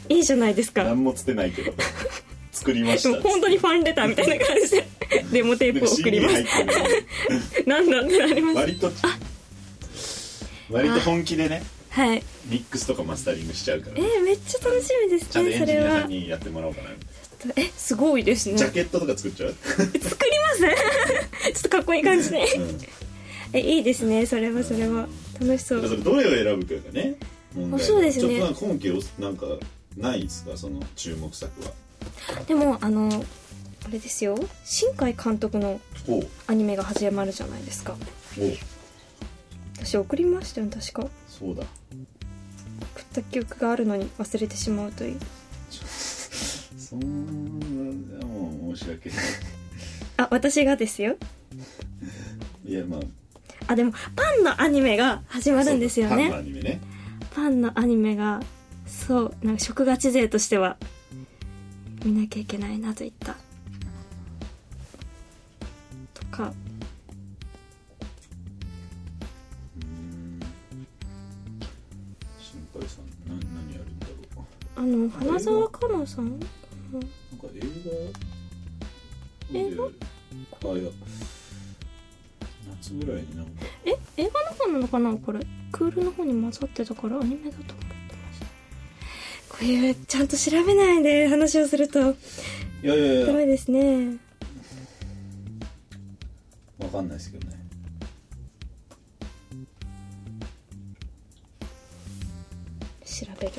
[SPEAKER 2] いいじゃないですか
[SPEAKER 1] 何もつてないけど作りまし
[SPEAKER 2] で
[SPEAKER 1] た
[SPEAKER 2] も本当にファンレターみたいな感じ でデモテ
[SPEAKER 1] な
[SPEAKER 2] ー
[SPEAKER 1] ん
[SPEAKER 2] プ
[SPEAKER 1] か
[SPEAKER 2] を送
[SPEAKER 1] CD
[SPEAKER 2] り
[SPEAKER 1] に
[SPEAKER 2] ま
[SPEAKER 1] 入っ
[SPEAKER 2] す
[SPEAKER 1] てる
[SPEAKER 2] なんだってなります
[SPEAKER 1] 割と割と本気でね
[SPEAKER 2] はい
[SPEAKER 1] ミックスとかマスタリングしちゃうから、
[SPEAKER 2] えー、めっちゃ楽しみです
[SPEAKER 1] ちゃんと
[SPEAKER 2] ね
[SPEAKER 1] エン
[SPEAKER 2] そ
[SPEAKER 1] ジニ
[SPEAKER 2] れ
[SPEAKER 1] アさ
[SPEAKER 2] は
[SPEAKER 1] んにやってもらおうかなみたいな
[SPEAKER 2] えすごいですね
[SPEAKER 1] ジ
[SPEAKER 2] 作
[SPEAKER 1] ャケットとか作っちゃう、
[SPEAKER 2] りますちょっとかっこいい感じ で
[SPEAKER 1] うん、だ
[SPEAKER 2] えいいですねそれはそれは楽しそ
[SPEAKER 1] からそうれどれを選ぶかがね問題
[SPEAKER 2] あそうですね
[SPEAKER 1] ちょっとなんか今期おなんかないですかその注目作は
[SPEAKER 2] でもあのあれですよ新海監督の
[SPEAKER 1] おう
[SPEAKER 2] アニメが始まるじゃないですか
[SPEAKER 1] おう
[SPEAKER 2] 私送りましたよね確か
[SPEAKER 1] そうだ
[SPEAKER 2] 送った記憶があるのに忘れてしまうという
[SPEAKER 1] そんなもう申し訳ない
[SPEAKER 2] あ私がですよ
[SPEAKER 1] いやまあ
[SPEAKER 2] あでもパンのアニメが始まるんですよ
[SPEAKER 1] そうだパンのア
[SPEAKER 2] ね
[SPEAKER 1] ニメね
[SPEAKER 2] パンのアニメがそうなんか食ガチ勢としては見なきゃいけないなといったと
[SPEAKER 1] う
[SPEAKER 2] か
[SPEAKER 1] ーん新海さんな何やるんだろう
[SPEAKER 2] あの花澤香菜さん
[SPEAKER 1] なんか映画
[SPEAKER 2] 映画
[SPEAKER 1] あいや夏ぐらいになんか
[SPEAKER 2] え映画の方なのかなこれクールの方に混ざってたからアニメだと思ってましたこういうちゃんと調べないで話をすると
[SPEAKER 1] いやいや
[SPEAKER 2] ダ
[SPEAKER 1] いや
[SPEAKER 2] メですね
[SPEAKER 1] わかんないですけどね
[SPEAKER 2] 調べる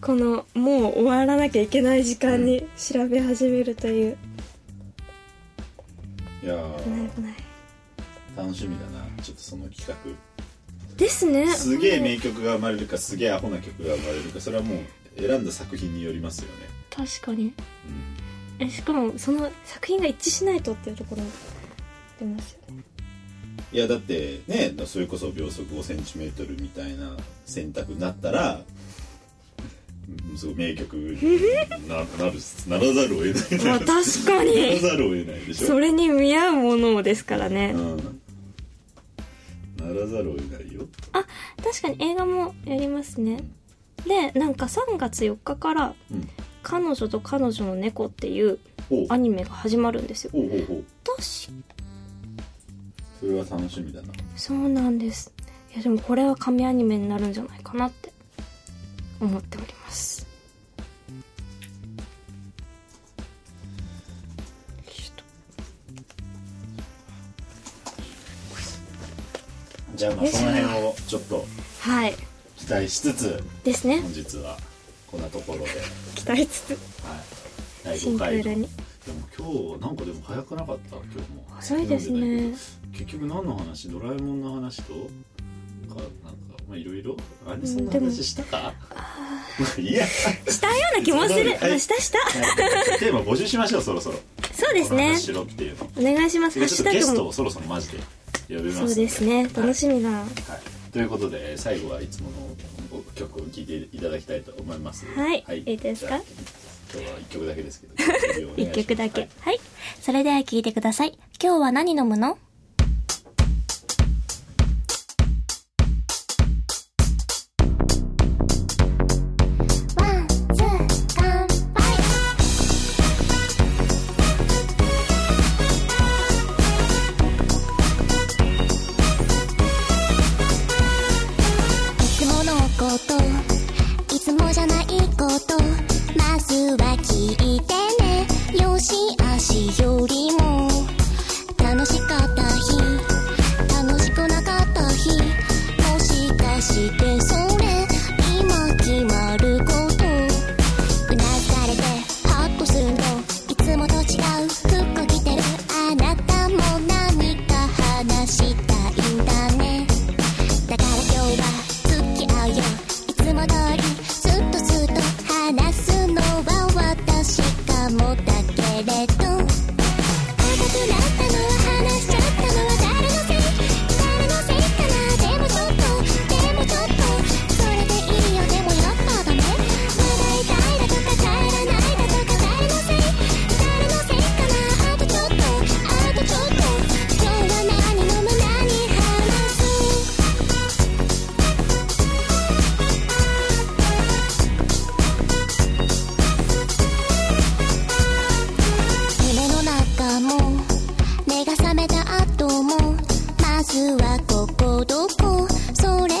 [SPEAKER 2] このもう終わらなきゃいけない時間に調べ始めるという
[SPEAKER 1] いや
[SPEAKER 2] 危ない
[SPEAKER 1] ー
[SPEAKER 2] 危ない
[SPEAKER 1] 楽しみだなちょっとその企画
[SPEAKER 2] ですね
[SPEAKER 1] すげえ
[SPEAKER 2] もう
[SPEAKER 1] 名曲が生まれるかすげえアホな曲が生まれるかそれはもう選んだ作品によりますよね
[SPEAKER 2] 確かに
[SPEAKER 1] うん
[SPEAKER 2] えしかもその作品が一致しないとっていうところも出ますよね
[SPEAKER 1] いやだってねそれこそ秒速 5cm みたいな選択になったらうんすごい名曲にななるならざるを得ない
[SPEAKER 2] まあ
[SPEAKER 1] な
[SPEAKER 2] 確からに
[SPEAKER 1] ざるを得ないでしょ
[SPEAKER 2] それに見合うものですからね
[SPEAKER 1] うん、ならざるを得ないよ
[SPEAKER 2] 確かに映画もやりますねでなんか3月4日から
[SPEAKER 1] うん
[SPEAKER 2] 「彼女と彼女の猫」っていう
[SPEAKER 1] おう
[SPEAKER 2] アニメが始まるんですよ
[SPEAKER 1] おうおうおう
[SPEAKER 2] 確
[SPEAKER 1] それは楽しみだな
[SPEAKER 2] そうなんですいやでもこれは神アニメになるんじゃないかなって思っております
[SPEAKER 1] じゃあまあ
[SPEAKER 2] よいし
[SPEAKER 1] そ
[SPEAKER 2] ょ
[SPEAKER 1] の辺をちょっと
[SPEAKER 2] はい
[SPEAKER 1] 期待しつつ
[SPEAKER 2] ですね
[SPEAKER 1] 本日はこんなところで、
[SPEAKER 2] 期待つ
[SPEAKER 1] はい、
[SPEAKER 2] つ
[SPEAKER 1] 第
[SPEAKER 2] シ
[SPEAKER 1] 5
[SPEAKER 2] ンク
[SPEAKER 1] 回
[SPEAKER 2] ー
[SPEAKER 1] と
[SPEAKER 2] ルに
[SPEAKER 1] でも今日なんかでも早くなかった今日も
[SPEAKER 2] 早いですね
[SPEAKER 1] 結局何の話ドラえもんの話とかなんかまあいろいろあれそんな
[SPEAKER 2] でも
[SPEAKER 1] 話したか いや
[SPEAKER 2] したような気もする、
[SPEAKER 1] はい
[SPEAKER 2] あしたした
[SPEAKER 1] テーマ募集しましょうそろそろ
[SPEAKER 2] そうです
[SPEAKER 1] この
[SPEAKER 2] ね
[SPEAKER 1] 話しろっていうの
[SPEAKER 2] お願いします
[SPEAKER 1] ち
[SPEAKER 2] ハ
[SPEAKER 1] ょっ
[SPEAKER 2] ッシ
[SPEAKER 1] と
[SPEAKER 2] ュタ
[SPEAKER 1] ゲス
[SPEAKER 2] グ
[SPEAKER 1] ト
[SPEAKER 2] も
[SPEAKER 1] をそろそろマジで呼びます
[SPEAKER 2] そ
[SPEAKER 1] ん
[SPEAKER 2] うですね楽しみだ
[SPEAKER 1] はい、ということで最後はいつもの曲を聴いていただきたいと思います
[SPEAKER 2] はいいいですか
[SPEAKER 1] じゃあ今日は1曲だけですけどお願いし
[SPEAKER 2] 一
[SPEAKER 1] ます
[SPEAKER 2] 曲だけ
[SPEAKER 1] は
[SPEAKER 2] はい
[SPEAKER 1] い、
[SPEAKER 3] それでは聞いてください。今日は何飲むのワン、ツー、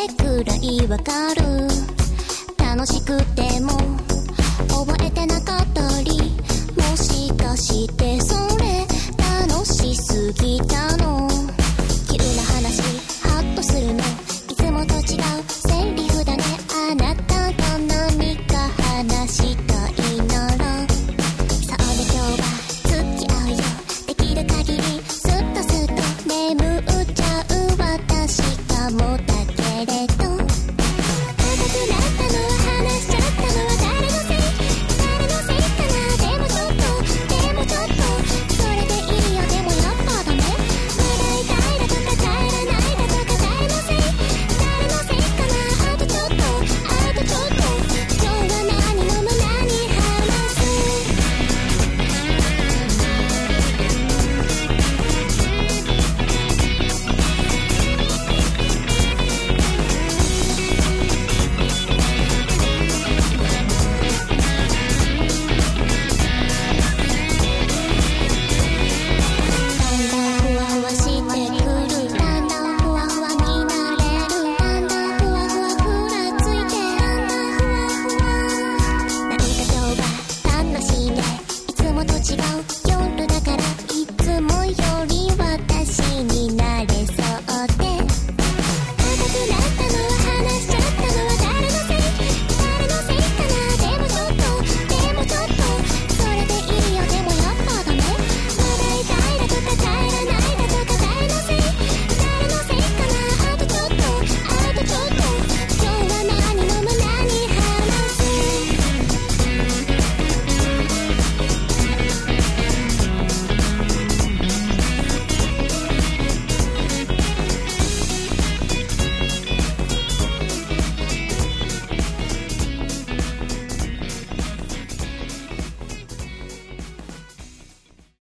[SPEAKER 3] 渡る